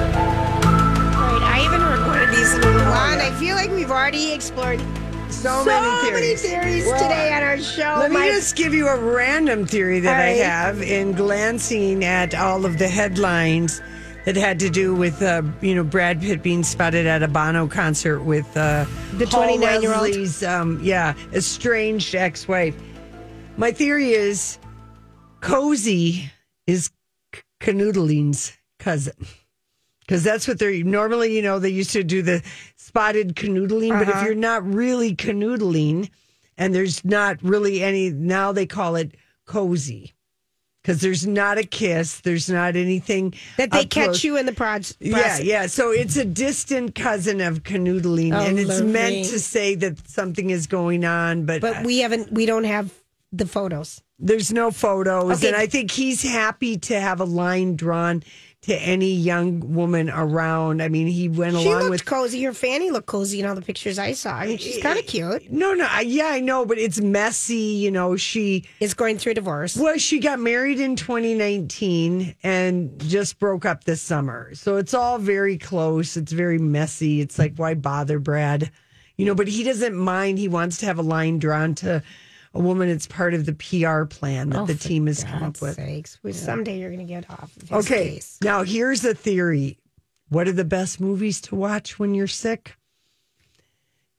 [SPEAKER 3] Right, I haven't heard one of these in a while, and I feel like we've already explored so
[SPEAKER 2] so, many
[SPEAKER 3] many
[SPEAKER 2] theories. Well,
[SPEAKER 3] today on our show.
[SPEAKER 2] Let me
[SPEAKER 3] My-
[SPEAKER 2] just give you a random theory that I
[SPEAKER 3] All right.
[SPEAKER 2] have in glancing at all of the headlines that had to do with uh, you know Brad Pitt being spotted at a Bono concert with uh,
[SPEAKER 3] The
[SPEAKER 2] Paul
[SPEAKER 3] 29-year-old?
[SPEAKER 2] Leslie's, um, yeah estranged ex-wife. My theory is cozy is C- canoodling's cousin. Because that's what they're normally, you know, they used to do the spotted canoodling. But
[SPEAKER 3] Uh-huh.
[SPEAKER 2] if you're not really canoodling, and there's not really any, now they call it cozy. Because there's not a kiss, there's not anything
[SPEAKER 3] that they
[SPEAKER 2] up close.
[SPEAKER 3] catch you in the proj-
[SPEAKER 2] Yeah,
[SPEAKER 3] process.
[SPEAKER 2] yeah. So it's a distant cousin of canoodling,
[SPEAKER 3] Oh,
[SPEAKER 2] and it's
[SPEAKER 3] Lorraine.
[SPEAKER 2] meant to say that something is going on, but,
[SPEAKER 3] But we haven't. We don't have the photos.
[SPEAKER 2] there's no photos,
[SPEAKER 3] Okay.
[SPEAKER 2] and I think he's happy to have a line drawn to any young woman around. I mean, he went
[SPEAKER 3] She
[SPEAKER 2] along
[SPEAKER 3] looked
[SPEAKER 2] with
[SPEAKER 3] cozy. Her fanny looked cozy in all the pictures I saw. I mean, she's kind of cute.
[SPEAKER 2] no, no, I, yeah, I know, but it's messy. You know, she
[SPEAKER 3] Is going through a divorce.
[SPEAKER 2] well, she got married in 2019 and just broke up this summer, so it's all very close. It's very messy. It's like why bother, Brad? You know, but he doesn't mind. He wants to have a line drawn to a woman. It's part of the PR plan that the team has come up
[SPEAKER 3] Oh, God's
[SPEAKER 2] with.
[SPEAKER 3] sakes. Well, Someday you're going to get off. Of his
[SPEAKER 2] Okay.
[SPEAKER 3] case.
[SPEAKER 2] Now here's a theory. What are the best movies to watch when you're sick?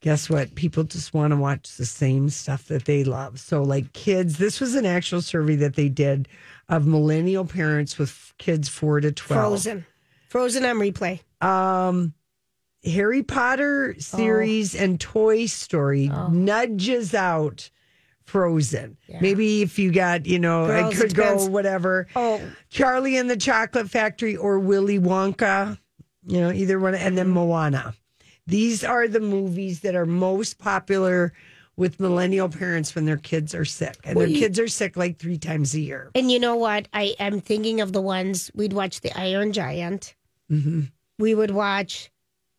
[SPEAKER 2] Guess what? People just want to watch the same stuff that they love. So, like kids, this was an actual survey that they did of millennial parents with f- kids four to 12.
[SPEAKER 3] Frozen. Frozen on replay.
[SPEAKER 2] Um, Harry Potter
[SPEAKER 3] Oh.
[SPEAKER 2] series and Toy Story nudges out Frozen. Maybe if you got, you know,
[SPEAKER 3] Girls,
[SPEAKER 2] I could
[SPEAKER 3] it depends.
[SPEAKER 2] go whatever.
[SPEAKER 3] Oh,
[SPEAKER 2] Charlie and the Chocolate Factory or Willy Wonka, you know, either one, and then Moana. These are the movies that are most popular with millennial parents when their kids are sick. And their kids are sick like three times a year.
[SPEAKER 3] And you know what? I am thinking of the ones we'd watch the Iron Giant.
[SPEAKER 2] Mm-hmm.
[SPEAKER 3] We would watch.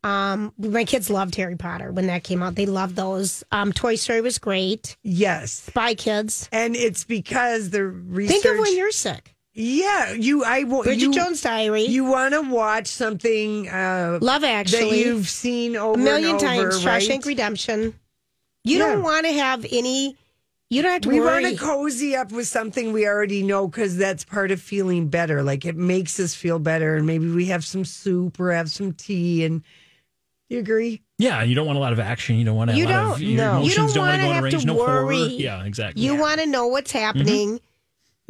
[SPEAKER 3] Um, my kids loved Harry Potter when that came out. They loved those. Um, Toy Story was great.
[SPEAKER 2] Yes.
[SPEAKER 3] Spy Kids.
[SPEAKER 2] And it's because the research.
[SPEAKER 3] Think of when you're sick.
[SPEAKER 2] Yeah, you. I wa-
[SPEAKER 3] Bridget
[SPEAKER 2] you,
[SPEAKER 3] Jones' Diary.
[SPEAKER 2] You want to watch something uh,
[SPEAKER 3] Love
[SPEAKER 2] that
[SPEAKER 3] Actually.
[SPEAKER 2] you've seen over
[SPEAKER 3] a million
[SPEAKER 2] and over,
[SPEAKER 3] times.
[SPEAKER 2] right?
[SPEAKER 3] Shawshank Redemption. You
[SPEAKER 2] Yeah.
[SPEAKER 3] don't want to have any. You don't have to
[SPEAKER 2] We
[SPEAKER 3] worry.
[SPEAKER 2] want to cozy up with something we already know because that's part of feeling better. Like it makes us feel better, and maybe we have some soup or have some tea. And you agree?
[SPEAKER 1] Yeah, you don't want a lot of action. You don't want to.
[SPEAKER 3] You
[SPEAKER 1] a lot
[SPEAKER 3] don't-
[SPEAKER 1] Of, your
[SPEAKER 2] no. You
[SPEAKER 1] emotions
[SPEAKER 3] don't
[SPEAKER 1] want
[SPEAKER 3] wanna
[SPEAKER 1] to go in
[SPEAKER 3] have
[SPEAKER 1] a
[SPEAKER 3] to
[SPEAKER 1] range. no horror.
[SPEAKER 3] worry.
[SPEAKER 1] Yeah, exactly.
[SPEAKER 3] you
[SPEAKER 1] Yeah. Mm-hmm.
[SPEAKER 3] want to know what's happening.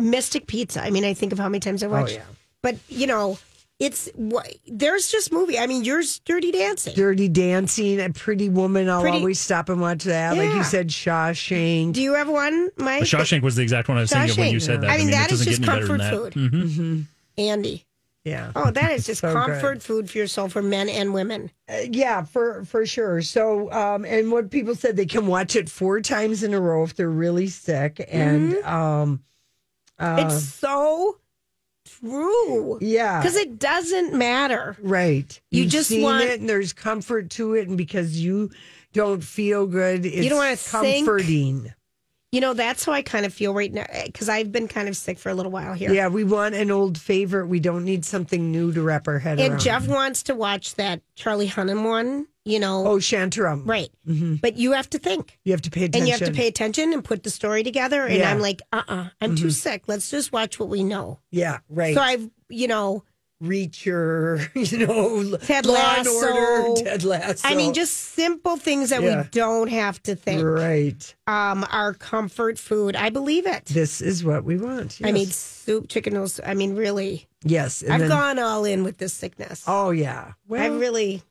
[SPEAKER 3] Mystic Pizza. I mean, I think of how many times I
[SPEAKER 1] Oh,
[SPEAKER 3] watched.
[SPEAKER 2] Oh, yeah.
[SPEAKER 3] But you know, it's wha- there's just movie. I mean, yours Dirty Dancing.
[SPEAKER 2] Dirty Dancing, a Pretty Woman. I'll
[SPEAKER 3] Pretty-
[SPEAKER 2] always stop and watch that. Like
[SPEAKER 3] Yeah.
[SPEAKER 2] you said, Shawshank.
[SPEAKER 3] Do you have one, Mike?
[SPEAKER 1] But Shawshank was the exact one I was thinking of when you
[SPEAKER 3] Shawshank.
[SPEAKER 1] said that.
[SPEAKER 3] I mean,
[SPEAKER 1] it
[SPEAKER 3] that is
[SPEAKER 1] doesn't
[SPEAKER 3] just
[SPEAKER 1] get any better than
[SPEAKER 3] comfort Mm-hmm.
[SPEAKER 1] that. Mhm.
[SPEAKER 3] Andy.
[SPEAKER 2] yeah.
[SPEAKER 3] Oh, that is just
[SPEAKER 2] So good.
[SPEAKER 3] comfort food for your soul for men and women.
[SPEAKER 2] Uh, yeah, for for sure. So, um, and what people said they can watch it four times in a row if they're really sick, and um, uh,
[SPEAKER 3] it's so true.
[SPEAKER 2] yeah,
[SPEAKER 3] Because it doesn't matter.
[SPEAKER 2] right.
[SPEAKER 3] you
[SPEAKER 2] You've
[SPEAKER 3] just
[SPEAKER 2] seen
[SPEAKER 3] want-
[SPEAKER 2] it, and there's comfort to it, and because you don't feel good, it's
[SPEAKER 3] don't wanna think.
[SPEAKER 2] comforting.
[SPEAKER 3] You know, that's how I kind of feel right now because I've been kind of sick for a little while here.
[SPEAKER 2] Yeah, we want an old favorite. We don't need something new to wrap our head
[SPEAKER 3] And
[SPEAKER 2] around.
[SPEAKER 3] Jeff wants to watch that Charlie Hunnam one, you know.
[SPEAKER 2] oh, Shantaram,
[SPEAKER 3] Right. But you have to think
[SPEAKER 2] You have to pay attention.
[SPEAKER 3] and you have to pay attention and put the story together. And
[SPEAKER 2] Yeah.
[SPEAKER 3] I'm like, uh uh-uh, uh, i am too sick. Let's just watch what we know.
[SPEAKER 2] Yeah, right.
[SPEAKER 3] So I've, you know,
[SPEAKER 2] Reach your, you know,
[SPEAKER 3] Ted
[SPEAKER 2] Law
[SPEAKER 3] Lasso.
[SPEAKER 2] and Order, Ted Lasso.
[SPEAKER 3] I mean, just simple things that
[SPEAKER 2] Yeah.
[SPEAKER 3] we don't have to think.
[SPEAKER 2] right.
[SPEAKER 3] Um, our comfort food. I believe it.
[SPEAKER 2] This is what we want.
[SPEAKER 3] I
[SPEAKER 2] yes.
[SPEAKER 3] mean, soup, chicken noodles. I mean, really,
[SPEAKER 2] yes. and
[SPEAKER 3] I've
[SPEAKER 2] then-
[SPEAKER 3] gone all in with this sickness.
[SPEAKER 2] Oh yeah. Well,
[SPEAKER 3] I really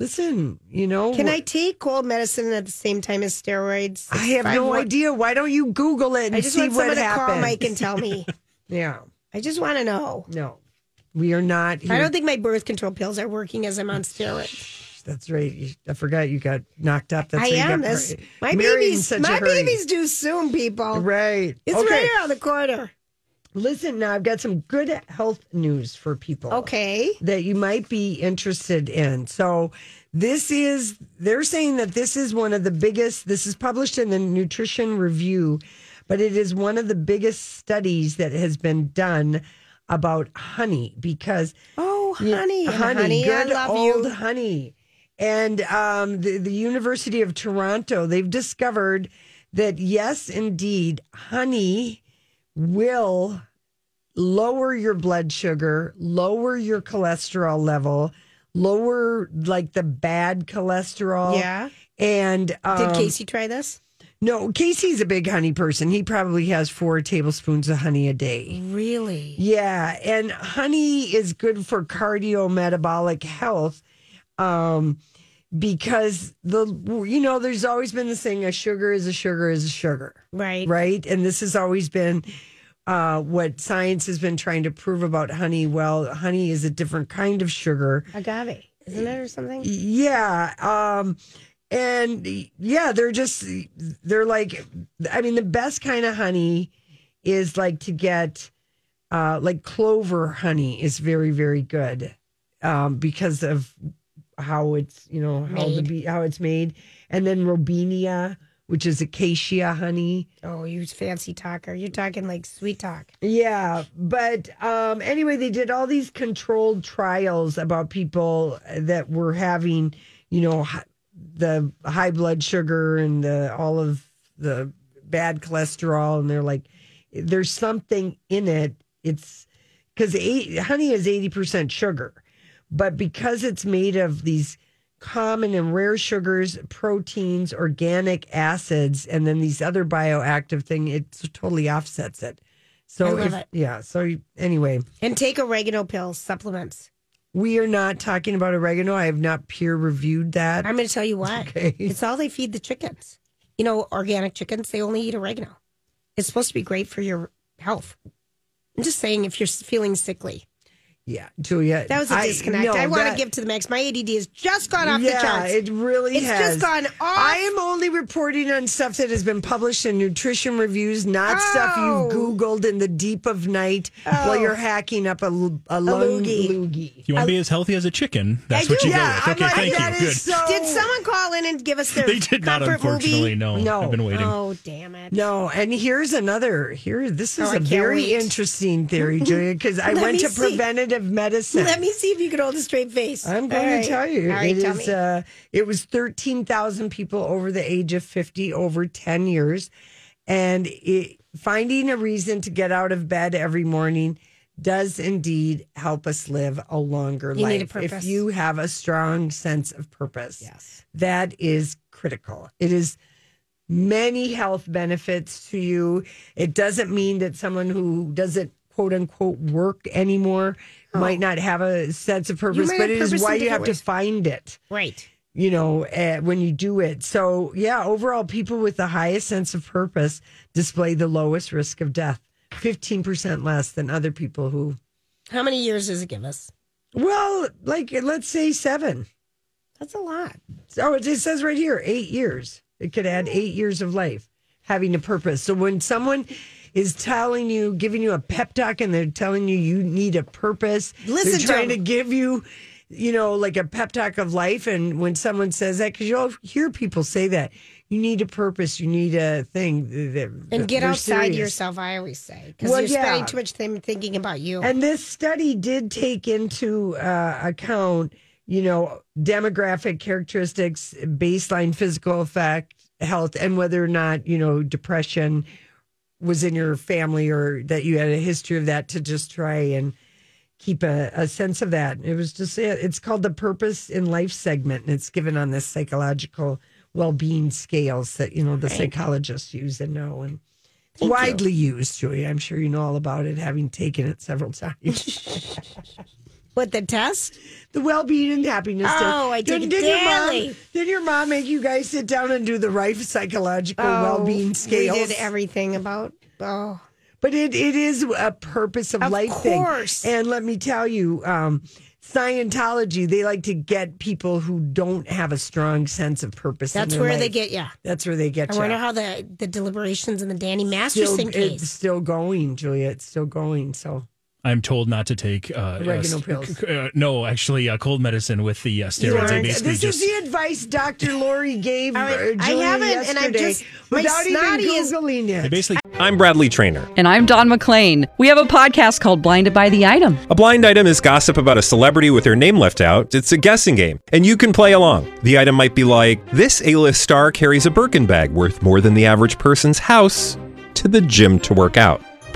[SPEAKER 2] listen. You know,
[SPEAKER 3] can I take cold medicine at the same time as steroids?
[SPEAKER 2] I have
[SPEAKER 3] I
[SPEAKER 2] no
[SPEAKER 3] want-
[SPEAKER 2] idea. Why don't you Google it and
[SPEAKER 3] I just
[SPEAKER 2] see
[SPEAKER 3] want
[SPEAKER 2] what
[SPEAKER 3] someone to
[SPEAKER 2] happens?
[SPEAKER 3] call Mike and tell me.
[SPEAKER 2] yeah.
[SPEAKER 3] I just want to know.
[SPEAKER 2] No, we are not. Here.
[SPEAKER 3] I don't think my birth control pills are working as I'm on steroids.
[SPEAKER 2] That's right. You- I forgot you got knocked up. That's
[SPEAKER 3] I
[SPEAKER 2] why you
[SPEAKER 3] am.
[SPEAKER 2] got
[SPEAKER 3] This,
[SPEAKER 2] mar-
[SPEAKER 3] my
[SPEAKER 2] married in
[SPEAKER 3] baby's
[SPEAKER 2] such a
[SPEAKER 3] my
[SPEAKER 2] hurry.
[SPEAKER 3] baby's due soon, people.
[SPEAKER 2] Right.
[SPEAKER 3] It's
[SPEAKER 2] okay.
[SPEAKER 3] right around the corner.
[SPEAKER 2] Listen, now I've got some good health news for people.
[SPEAKER 3] Okay.
[SPEAKER 2] That you might be interested in. So, this is, they're saying that this is one of the biggest, this is published in the Nutrition Review, but it is one of the biggest studies that has been done about honey because
[SPEAKER 3] Oh, honey,
[SPEAKER 2] yeah,
[SPEAKER 3] honey, I
[SPEAKER 2] good
[SPEAKER 3] love
[SPEAKER 2] old
[SPEAKER 3] you.
[SPEAKER 2] honey. And um, the, the University of Toronto, they've discovered that yes, indeed, honey will lower your blood sugar, lower your cholesterol level, lower like the bad cholesterol.
[SPEAKER 3] Yeah.
[SPEAKER 2] And um,
[SPEAKER 3] Did Casey try this?
[SPEAKER 2] no, Casey's a big honey person. He probably has four tablespoons of honey a day.
[SPEAKER 3] Really?
[SPEAKER 2] Yeah, and honey is good for cardiometabolic health um, because the you know there's always been this thing a sugar is a sugar is a sugar,
[SPEAKER 3] Right.
[SPEAKER 2] right? And this has always been uh, what science has been trying to prove about honey. Well, honey is a different kind of sugar.
[SPEAKER 3] Agave, isn't it, or something?
[SPEAKER 2] Yeah. Um, and yeah, they're just, they're like, I mean, the best kind of honey is like to get, uh, like clover honey is very, very good um, because of how it's, you know, how the
[SPEAKER 3] Made.
[SPEAKER 2] bee, how it's made. And then Robinia, which is acacia honey.
[SPEAKER 3] Oh, you fancy talker. You're talking like sweet talk.
[SPEAKER 2] Yeah, but um, anyway, they did all these controlled trials about people that were having, you know, hi- the high blood sugar and the all of the bad cholesterol, and they're like, there's something in it. It's because honey is eighty percent sugar, but because it's made of these common and rare sugars, proteins, organic acids, and then these other bioactive thing, it totally offsets it. So
[SPEAKER 3] I love
[SPEAKER 2] if-
[SPEAKER 3] it.
[SPEAKER 2] yeah. So you- anyway,
[SPEAKER 3] And take oregano pills, supplements.
[SPEAKER 2] we are not talking about oregano. I have not peer reviewed that.
[SPEAKER 3] I'm going to tell you what.
[SPEAKER 2] Okay.
[SPEAKER 3] It's all they feed the chickens. You know, organic chickens, they only eat oregano. It's supposed to be great for your health. I'm just saying if you're feeling sickly.
[SPEAKER 2] Yeah, Julia.
[SPEAKER 3] That was a disconnect. I, want to give to the max. My ADD has just gone off
[SPEAKER 2] yeah,
[SPEAKER 3] the charts.
[SPEAKER 2] it really
[SPEAKER 3] It's
[SPEAKER 2] has.
[SPEAKER 3] just gone off.
[SPEAKER 2] I am only reporting on stuff that has been published in nutrition reviews, not stuff
[SPEAKER 3] Oh.
[SPEAKER 2] you've Googled in the deep of night while you're hacking up a, l- a lung
[SPEAKER 3] loogie.
[SPEAKER 2] loogie.
[SPEAKER 1] You want to be as healthy as a chicken? That's
[SPEAKER 3] I
[SPEAKER 1] what
[SPEAKER 3] do.
[SPEAKER 1] you
[SPEAKER 3] Yeah,
[SPEAKER 1] go
[SPEAKER 2] I'm
[SPEAKER 1] with. Okay,
[SPEAKER 2] like,
[SPEAKER 1] thank
[SPEAKER 2] that
[SPEAKER 1] you.
[SPEAKER 2] is
[SPEAKER 1] Good.
[SPEAKER 2] so-
[SPEAKER 3] Did someone call in and give us their
[SPEAKER 1] they did not,
[SPEAKER 3] comfort
[SPEAKER 1] unfortunately.
[SPEAKER 3] movie?
[SPEAKER 1] No,
[SPEAKER 2] No.
[SPEAKER 1] I've been waiting.
[SPEAKER 3] Oh damn it!
[SPEAKER 2] No, and here's another. Here, this
[SPEAKER 3] Oh,
[SPEAKER 2] is
[SPEAKER 3] I
[SPEAKER 2] a
[SPEAKER 3] can't
[SPEAKER 2] very
[SPEAKER 3] wait.
[SPEAKER 2] interesting theory, Julia, because I
[SPEAKER 3] Let
[SPEAKER 2] went
[SPEAKER 3] me
[SPEAKER 2] to
[SPEAKER 3] see.
[SPEAKER 2] preventative medicine.
[SPEAKER 3] Let me see if you can hold a straight face.
[SPEAKER 2] I'm
[SPEAKER 3] All
[SPEAKER 2] going
[SPEAKER 3] right.
[SPEAKER 2] to tell you.
[SPEAKER 3] All right,
[SPEAKER 2] it
[SPEAKER 3] tell
[SPEAKER 2] is,
[SPEAKER 3] me.
[SPEAKER 2] Uh, it was 13,000 people over the age of 50 over 10 years. And it, finding a reason to get out of bed every morning does indeed help us live a longer
[SPEAKER 3] You
[SPEAKER 2] life.
[SPEAKER 3] need a purpose.
[SPEAKER 2] If you have a strong sense of purpose, yes. that is critical. It is many health benefits to you. It doesn't mean that someone who doesn't quote unquote work anymore might not have a sense of purpose,
[SPEAKER 3] Oh. might
[SPEAKER 2] but
[SPEAKER 3] have
[SPEAKER 2] it is
[SPEAKER 3] purpose in
[SPEAKER 2] why you
[SPEAKER 3] different
[SPEAKER 2] have
[SPEAKER 3] ways.
[SPEAKER 2] to find it,
[SPEAKER 3] right.
[SPEAKER 2] you know, uh, when you do it. So, yeah, overall, people with the highest sense of purpose display the lowest risk of death, 15% less than other people who,
[SPEAKER 3] How many years does it give us?
[SPEAKER 2] well, like let's say seven.
[SPEAKER 3] That's a lot.
[SPEAKER 2] Oh, it just says right here, eight years. It could
[SPEAKER 3] Oh.
[SPEAKER 2] add eight years of life having a purpose. So when someone is telling you, giving you a pep talk, and they're telling you you need a purpose,
[SPEAKER 3] Listen
[SPEAKER 2] they're
[SPEAKER 3] to
[SPEAKER 2] trying to,
[SPEAKER 3] them.
[SPEAKER 2] give you, you know, like a pep talk of life. And when someone says that, because you'll hear people say that, you need a purpose, you need a thing. They're-
[SPEAKER 3] And get
[SPEAKER 2] they're
[SPEAKER 3] outside
[SPEAKER 2] serious.
[SPEAKER 3] yourself, I always say, because
[SPEAKER 2] Well,
[SPEAKER 3] you're
[SPEAKER 2] yeah.
[SPEAKER 3] spending too much time thinking about you.
[SPEAKER 2] And this study did take into uh, account, you know, demographic characteristics, baseline physical effect, health, and whether or not, you know, depression was in your family or that you had a history of that to just try and keep a, a sense of that. It was just, it. it's called the Purpose in Life segment, and it's given on this psychological well-being scales that, you know, the psychologists use and know. And it's widely used, Julia. I'm sure you know all about it, having taken it several times.
[SPEAKER 3] What the test?
[SPEAKER 2] the well-being and happiness. test.
[SPEAKER 3] Oh, I
[SPEAKER 2] Did-
[SPEAKER 3] take it
[SPEAKER 2] did your mom-
[SPEAKER 3] daily.
[SPEAKER 2] Did your mom make you guys sit down and do the Rife psychological well-being scales?
[SPEAKER 3] Oh, We did everything about. Oh,
[SPEAKER 2] But it, it is a purpose of,
[SPEAKER 3] Of
[SPEAKER 2] life
[SPEAKER 3] course.
[SPEAKER 2] thing. And let me tell you, um, Scientology, they like to get people who don't have a strong sense of purpose. in
[SPEAKER 3] that's
[SPEAKER 2] their
[SPEAKER 3] where they
[SPEAKER 2] life.
[SPEAKER 3] get you.
[SPEAKER 2] That's where they get
[SPEAKER 3] I
[SPEAKER 2] you.
[SPEAKER 3] wonder how the the deliberations in the Danny
[SPEAKER 2] still,
[SPEAKER 3] Masterson
[SPEAKER 2] it's
[SPEAKER 3] case.
[SPEAKER 2] still going, Julia. It's still going. So
[SPEAKER 1] I'm told not to take uh, uh,
[SPEAKER 2] Oregano
[SPEAKER 1] st-
[SPEAKER 2] pills.
[SPEAKER 1] c- Uh, no, actually, uh, cold medicine with the uh, steroids. They
[SPEAKER 3] Right.
[SPEAKER 1] basically
[SPEAKER 2] this
[SPEAKER 1] just
[SPEAKER 2] is the advice Dr. Lori gave
[SPEAKER 3] All right,
[SPEAKER 2] uh, Julia
[SPEAKER 3] I haven't, and
[SPEAKER 2] yesterday
[SPEAKER 3] I'm just- my
[SPEAKER 2] without even
[SPEAKER 3] snotty is-
[SPEAKER 2] googling
[SPEAKER 1] they
[SPEAKER 2] it.
[SPEAKER 1] basically
[SPEAKER 7] I'm Bradley Trainer.
[SPEAKER 8] And I'm Don McClain. We have a podcast called Blinded by the Item.
[SPEAKER 7] A blind item is gossip about a celebrity with their name left out. It's a guessing game, and you can play along. The item might be like this: A-list star carries a Birkin bag worth more than the average person's house to the gym to work out.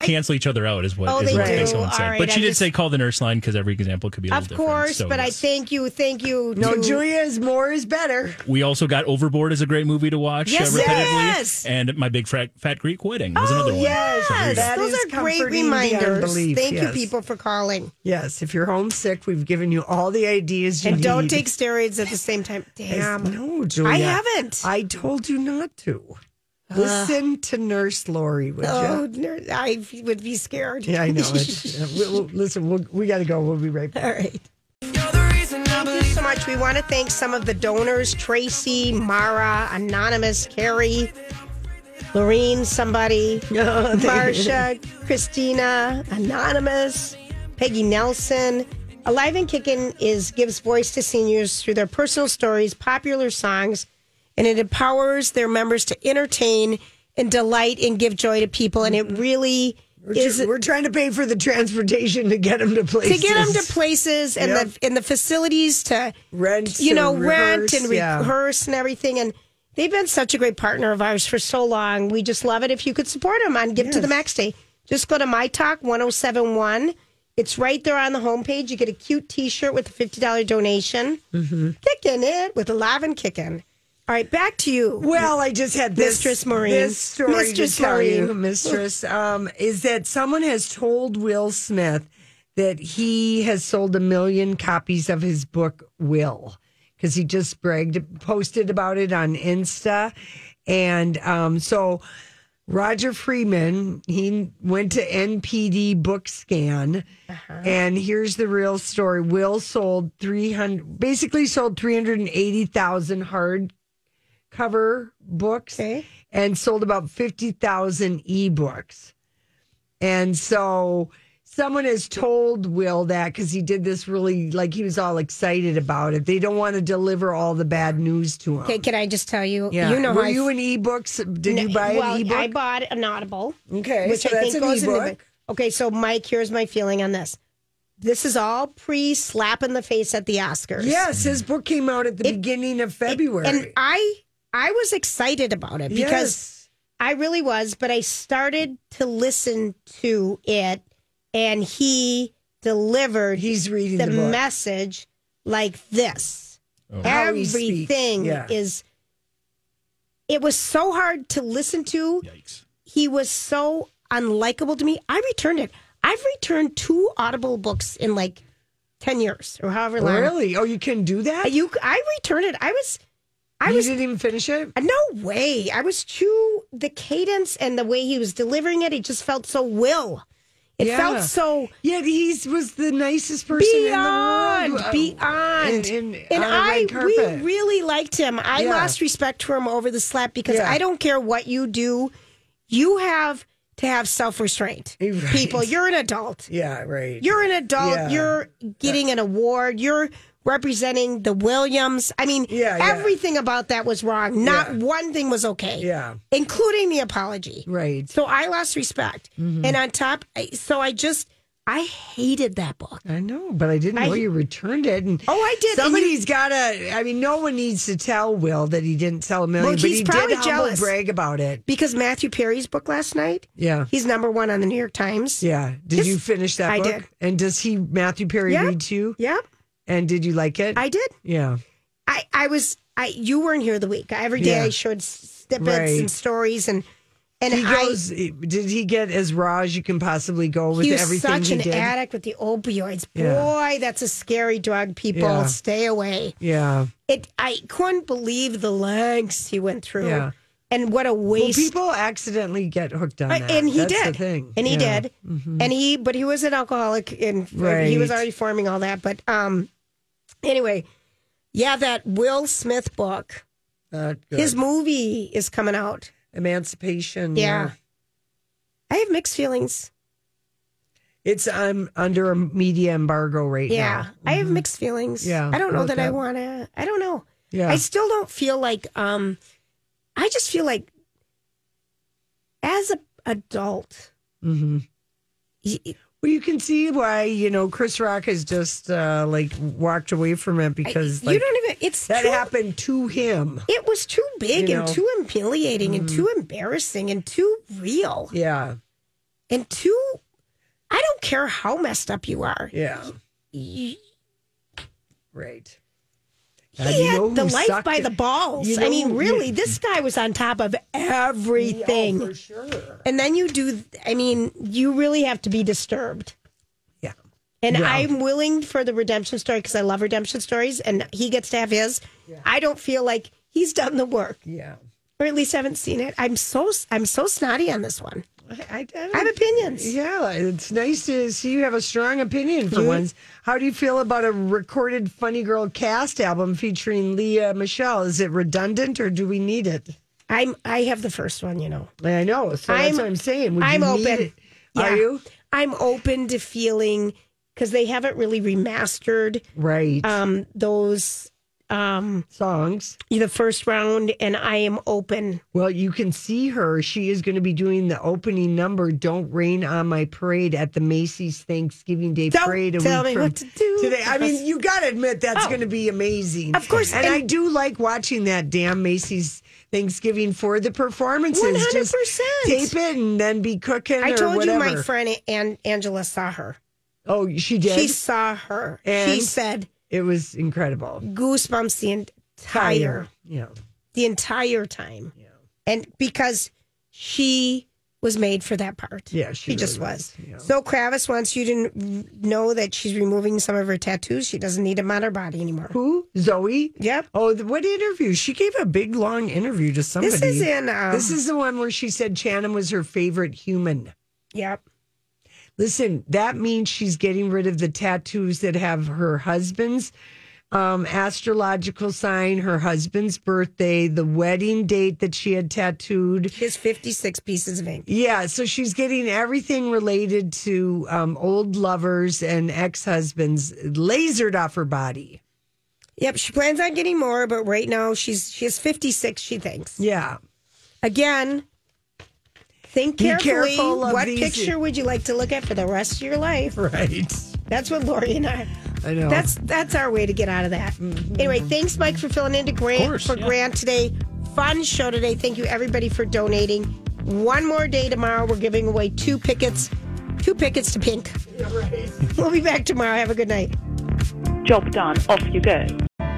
[SPEAKER 1] cancel each other out, is what,
[SPEAKER 3] Oh,
[SPEAKER 1] is
[SPEAKER 3] they
[SPEAKER 1] what I think
[SPEAKER 3] do.
[SPEAKER 1] someone said.
[SPEAKER 3] All right,
[SPEAKER 1] but she
[SPEAKER 3] I
[SPEAKER 1] did
[SPEAKER 3] just-
[SPEAKER 1] say call the nurse line because every example could be a
[SPEAKER 3] Of
[SPEAKER 1] little different.
[SPEAKER 3] course,
[SPEAKER 1] So
[SPEAKER 3] but I
[SPEAKER 1] it's-
[SPEAKER 3] thank you, thank you.
[SPEAKER 2] No,
[SPEAKER 3] to-
[SPEAKER 2] Julia is more is better.
[SPEAKER 1] We also got Overboard is a great movie to watch
[SPEAKER 3] Yes,
[SPEAKER 1] uh, repetitively.
[SPEAKER 3] yes. Oh,
[SPEAKER 1] And My Big Fat, Fat Greek Wedding was another one. So there you
[SPEAKER 3] Yes,
[SPEAKER 1] go.
[SPEAKER 2] That
[SPEAKER 3] those
[SPEAKER 2] is
[SPEAKER 3] are great
[SPEAKER 2] comforting beyond
[SPEAKER 3] reminders.
[SPEAKER 2] belief,
[SPEAKER 3] Thank you,
[SPEAKER 2] yes.
[SPEAKER 3] people, for calling.
[SPEAKER 2] Yes, if you're homesick, we've given you all the ideas you
[SPEAKER 3] And
[SPEAKER 2] need.
[SPEAKER 3] don't take steroids at the same time. Damn.
[SPEAKER 2] No, Julia.
[SPEAKER 3] I haven't.
[SPEAKER 2] I told you not to. Listen to Nurse Lori, would
[SPEAKER 3] oh,
[SPEAKER 2] you?
[SPEAKER 3] ner- I would be scared.
[SPEAKER 2] Yeah, I know. It's, uh, we we'll, listen, we'll, we got to go. We'll be right back.
[SPEAKER 3] All right. Thank you so much. We want to thank some of the donors Tracy, Mara, Anonymous, Carrie, Lorene, somebody, Marsha, Christina, Anonymous, Peggy Nelson. Alive and Kickin' is gives voice to seniors through their personal stories, popular songs, and it empowers their members to entertain and delight and give joy to people. And it really is
[SPEAKER 2] We're trying to pay for the transportation to get them to places.
[SPEAKER 3] to get them to places and the and the facilities to
[SPEAKER 2] Rent
[SPEAKER 3] you know,
[SPEAKER 2] and
[SPEAKER 3] rent and
[SPEAKER 2] rehearse, yeah.
[SPEAKER 3] rehearse and everything. And they've been such a great partner of ours for so long. We just love it. If you could support them on Give to the Max Day, just go to My Talk 1071. It's right there on the homepage. You get a
[SPEAKER 2] Mm-hmm.
[SPEAKER 3] cute t shirt with a $50 donation. Kicking it with a live and kicking. All right, back to you.
[SPEAKER 2] Well, I just had this,
[SPEAKER 3] Mistress Maureen.
[SPEAKER 2] This story
[SPEAKER 3] Mistress
[SPEAKER 2] to tell you,
[SPEAKER 3] Maureen.
[SPEAKER 2] Mistress, um, is that someone has told Will Smith that he has sold a million copies of his book Will because he just bragged, posted about it on Insta, and um, so Roger Freeman he went to NPD Book Scan,
[SPEAKER 3] Uh-huh.
[SPEAKER 2] and here's the real story. Will sold three hundred, basically sold three hundred and eighty thousand hard cover books and sold about 50,000 ebooks. And so someone has told Will that because he did this really, like, he was all excited about it. They don't want to deliver all the bad news to him.
[SPEAKER 3] Okay, can I just tell you?
[SPEAKER 2] Yeah.
[SPEAKER 3] You know,
[SPEAKER 2] Were
[SPEAKER 3] how I-
[SPEAKER 2] you an ebooks? Did you buy
[SPEAKER 3] well,
[SPEAKER 2] an ebook?
[SPEAKER 3] I bought an Audible.
[SPEAKER 2] Okay,
[SPEAKER 3] which
[SPEAKER 2] so
[SPEAKER 3] I
[SPEAKER 2] that's
[SPEAKER 3] think
[SPEAKER 2] an
[SPEAKER 3] goes into
[SPEAKER 2] ebook.
[SPEAKER 3] the- Okay, so Mike, here's my feeling on this. This is all pre slap in the face at the Oscars.
[SPEAKER 2] yes, his book came out at the beginning of February.
[SPEAKER 3] and I I was excited about it because
[SPEAKER 2] Yes.
[SPEAKER 3] I really was, but I started to listen to it and he delivered
[SPEAKER 2] He's reading
[SPEAKER 3] the,
[SPEAKER 2] the book. Oh.
[SPEAKER 3] message like this.
[SPEAKER 2] How he speaks,
[SPEAKER 3] Everything
[SPEAKER 2] yeah.
[SPEAKER 3] is it was so hard to listen to. Yikes. He was so unlikable to me. I returned it. I've returned two Audible books in like 10 years or however long. Uh,
[SPEAKER 2] Really? Oh, you can do that?
[SPEAKER 3] You, I returned it. I was, I
[SPEAKER 2] You
[SPEAKER 3] was
[SPEAKER 2] didn't even finish it?
[SPEAKER 3] no way. I was too the cadence and the way he was delivering it. It just felt so will. It
[SPEAKER 2] Yeah.
[SPEAKER 3] felt so
[SPEAKER 2] Yet he was the nicest person in
[SPEAKER 3] beyond,
[SPEAKER 2] the world. uh,
[SPEAKER 3] beyond.
[SPEAKER 2] in- in-
[SPEAKER 3] and
[SPEAKER 2] on a
[SPEAKER 3] I,
[SPEAKER 2] red
[SPEAKER 3] we
[SPEAKER 2] carpet.
[SPEAKER 3] really liked him. I
[SPEAKER 2] Yeah.
[SPEAKER 3] lost respect for him over the slap because
[SPEAKER 2] Yeah.
[SPEAKER 3] I don't care what you do, you have to have self restraint.
[SPEAKER 2] Right.
[SPEAKER 3] People, you're an adult.
[SPEAKER 2] Yeah, right.
[SPEAKER 3] You're an adult.
[SPEAKER 2] Yeah.
[SPEAKER 3] You're getting an award. You're representing the Williams. I mean,
[SPEAKER 2] Yeah, yeah.
[SPEAKER 3] everything about that was wrong. Not one thing was okay.
[SPEAKER 2] Yeah.
[SPEAKER 3] Including the apology.
[SPEAKER 2] Right. Mm-hmm.
[SPEAKER 3] So I lost respect. And on top, I- so I just, I hated that book.
[SPEAKER 2] I know, but I didn't know
[SPEAKER 3] I-
[SPEAKER 2] you returned it. And
[SPEAKER 3] Oh, I did. And
[SPEAKER 2] Somebody's got to. I mean, no one needs to tell Will that he didn't sell a million,
[SPEAKER 3] Well,
[SPEAKER 2] but
[SPEAKER 3] he's
[SPEAKER 2] he
[SPEAKER 3] probably
[SPEAKER 2] did humble
[SPEAKER 3] jealous.
[SPEAKER 2] brag about it.
[SPEAKER 3] Because Matthew Perry's book last night,
[SPEAKER 2] Yeah,
[SPEAKER 3] he's number one on the New York Times.
[SPEAKER 2] yeah. Did
[SPEAKER 3] His-
[SPEAKER 2] you finish that?
[SPEAKER 3] I
[SPEAKER 2] book?
[SPEAKER 3] did.
[SPEAKER 2] And does he Matthew Perry
[SPEAKER 3] Yeah.
[SPEAKER 2] read to you?
[SPEAKER 3] Yep.
[SPEAKER 2] And did you like it?
[SPEAKER 3] I did.
[SPEAKER 2] yeah,
[SPEAKER 3] I, I was, I, you weren't here the week. Every day
[SPEAKER 2] Yeah.
[SPEAKER 3] I showed snippets
[SPEAKER 2] Right.
[SPEAKER 3] and stories and, and
[SPEAKER 2] he
[SPEAKER 3] I,
[SPEAKER 2] goes. did he get as raw as you can possibly go with
[SPEAKER 3] he was
[SPEAKER 2] everything
[SPEAKER 3] such
[SPEAKER 2] he
[SPEAKER 3] an
[SPEAKER 2] did?
[SPEAKER 3] addict with the opioids. Boy,
[SPEAKER 2] Yeah.
[SPEAKER 3] that's a scary drug. People,
[SPEAKER 2] Yeah.
[SPEAKER 3] stay away.
[SPEAKER 2] Yeah.
[SPEAKER 3] It. I couldn't believe the lengths he went through,
[SPEAKER 2] Yeah.
[SPEAKER 3] and what a
[SPEAKER 2] Well,
[SPEAKER 3] waste.
[SPEAKER 2] people accidentally get hooked on
[SPEAKER 3] Uh,
[SPEAKER 2] that,
[SPEAKER 3] and he
[SPEAKER 2] That's
[SPEAKER 3] did,
[SPEAKER 2] The thing.
[SPEAKER 3] and he
[SPEAKER 2] Yeah. Mm-hmm.
[SPEAKER 3] did, and he. But he was an alcoholic, and uh, he was
[SPEAKER 2] Right.
[SPEAKER 3] already forming all that. But um, anyway, yeah, that Will Smith book,
[SPEAKER 2] Not good.
[SPEAKER 3] his movie is coming out.
[SPEAKER 2] emancipation.
[SPEAKER 3] yeah. I have mixed feelings.
[SPEAKER 2] It's um, under a media embargo right
[SPEAKER 3] Yeah,
[SPEAKER 2] now.
[SPEAKER 3] I have mixed feelings.
[SPEAKER 2] Mm-hmm. Yeah,
[SPEAKER 3] I don't know
[SPEAKER 2] about
[SPEAKER 3] that, I
[SPEAKER 2] that.
[SPEAKER 3] want to. I don't know.
[SPEAKER 2] Yeah.
[SPEAKER 3] I still don't feel like. um I just feel like, as a adult, y-
[SPEAKER 2] Mm-hmm. Well, you can see why you know Chris Rock has just uh, like walked away from it because
[SPEAKER 3] you
[SPEAKER 2] like,
[SPEAKER 3] don't even. It's
[SPEAKER 2] that
[SPEAKER 3] too,
[SPEAKER 2] happened to him.
[SPEAKER 3] It was too big
[SPEAKER 2] You
[SPEAKER 3] and
[SPEAKER 2] know. Mm.
[SPEAKER 3] too humiliating and too embarrassing and too real
[SPEAKER 2] Yeah,
[SPEAKER 3] and too. I don't care how messed up you are.
[SPEAKER 2] yeah,
[SPEAKER 3] Y-
[SPEAKER 2] right. And
[SPEAKER 3] He
[SPEAKER 2] you know
[SPEAKER 3] had the
[SPEAKER 2] who
[SPEAKER 3] life
[SPEAKER 2] sucked
[SPEAKER 3] by
[SPEAKER 2] it?
[SPEAKER 3] the balls.
[SPEAKER 2] You
[SPEAKER 3] I
[SPEAKER 2] know
[SPEAKER 3] mean,
[SPEAKER 2] who-
[SPEAKER 3] really, this guy was on top of everything.
[SPEAKER 2] for sure.
[SPEAKER 3] And then you do, I mean, you really have to be disturbed.
[SPEAKER 2] Yeah.
[SPEAKER 3] And
[SPEAKER 2] Yeah.
[SPEAKER 3] I'm willing for the redemption story because I love redemption stories and he gets to have his. I don't feel like he's done the work,
[SPEAKER 2] Yeah,
[SPEAKER 3] or at least I haven't seen it. I'm so I'm so snotty on this one.
[SPEAKER 2] I,
[SPEAKER 3] I have opinions.
[SPEAKER 2] Yeah, it's nice to see you have a strong opinion
[SPEAKER 3] Mm-hmm.
[SPEAKER 2] for once. How do you feel about a recorded Funny Girl cast album featuring Leah Michelle? Is it redundant or do we need it?
[SPEAKER 3] I'm I have the first one, you know.
[SPEAKER 2] I know. So
[SPEAKER 3] I'm-
[SPEAKER 2] that's what I'm saying. Would
[SPEAKER 3] I'm
[SPEAKER 2] you need
[SPEAKER 3] open.
[SPEAKER 2] it? Are you
[SPEAKER 3] I'm open to feeling because they haven't really remastered
[SPEAKER 2] right?
[SPEAKER 3] um, those um,
[SPEAKER 2] Songs.
[SPEAKER 3] the first round, and I am open.
[SPEAKER 2] Well, you can see her. She is going to be doing the opening number "Don't Rain on My Parade" at the Macy's Thanksgiving Day
[SPEAKER 3] Don't
[SPEAKER 2] Parade. a
[SPEAKER 3] tell
[SPEAKER 2] week
[SPEAKER 3] me
[SPEAKER 2] from
[SPEAKER 3] what to do. Oh.
[SPEAKER 2] today. I mean, you got to admit that's going to be amazing.
[SPEAKER 3] Of course,
[SPEAKER 2] and,
[SPEAKER 3] and-
[SPEAKER 2] I do like watching that damn Macy's Thanksgiving for the performances. Just
[SPEAKER 3] 100%.
[SPEAKER 2] tape it and then be cooking.
[SPEAKER 3] I
[SPEAKER 2] or
[SPEAKER 3] told you my
[SPEAKER 2] whatever.
[SPEAKER 3] friend An- Angela saw her.
[SPEAKER 2] Oh, she did.
[SPEAKER 3] She saw her. she
[SPEAKER 2] And?
[SPEAKER 3] said
[SPEAKER 2] it was incredible. uh,
[SPEAKER 3] goosebumps the entire
[SPEAKER 2] Yeah.
[SPEAKER 3] the entire time. And because she was made for that part.
[SPEAKER 2] Yeah,
[SPEAKER 3] she,
[SPEAKER 2] she
[SPEAKER 3] just
[SPEAKER 2] really
[SPEAKER 3] was. So Kravis wants you to kn- know that she's removing some of her tattoos. She doesn't need them on her body anymore.
[SPEAKER 2] Who? Zoe?
[SPEAKER 3] Yep.
[SPEAKER 2] Oh, the, what interview? She gave a big long interview to somebody.
[SPEAKER 3] This is in. Um,
[SPEAKER 2] This is the one where she said Shannon was her favorite human.
[SPEAKER 3] Yep.
[SPEAKER 2] Listen, that means she's getting rid of the tattoos that have her husband's um, astrological sign, her husband's birthday, the wedding date that she had tattooed.
[SPEAKER 3] She has 56 pieces of ink.
[SPEAKER 2] Yeah, so she's getting everything related to um, old lovers and ex husbands lasered off her body.
[SPEAKER 3] Yep. She plans on getting more, but right now she's she has 56, she thinks.
[SPEAKER 2] Yeah.
[SPEAKER 3] Again, think
[SPEAKER 2] Be
[SPEAKER 3] carefully.
[SPEAKER 2] careful of
[SPEAKER 3] what
[SPEAKER 2] these-
[SPEAKER 3] picture would you like to look at for the rest of your life?
[SPEAKER 2] Right.
[SPEAKER 3] That's what Lori and I.
[SPEAKER 2] I know.
[SPEAKER 3] That's that's our way to get out of that. Anyway, thanks, Mike, for filling in to Grant
[SPEAKER 9] Mm-hmm. course,
[SPEAKER 3] for
[SPEAKER 9] yeah.
[SPEAKER 3] Grant today. Fun show today. Thank you everybody for donating. One more day tomorrow. We're giving away two pickets, two pickets to Pink. we'll be back tomorrow. Have a good night.
[SPEAKER 10] Job done. Off you go.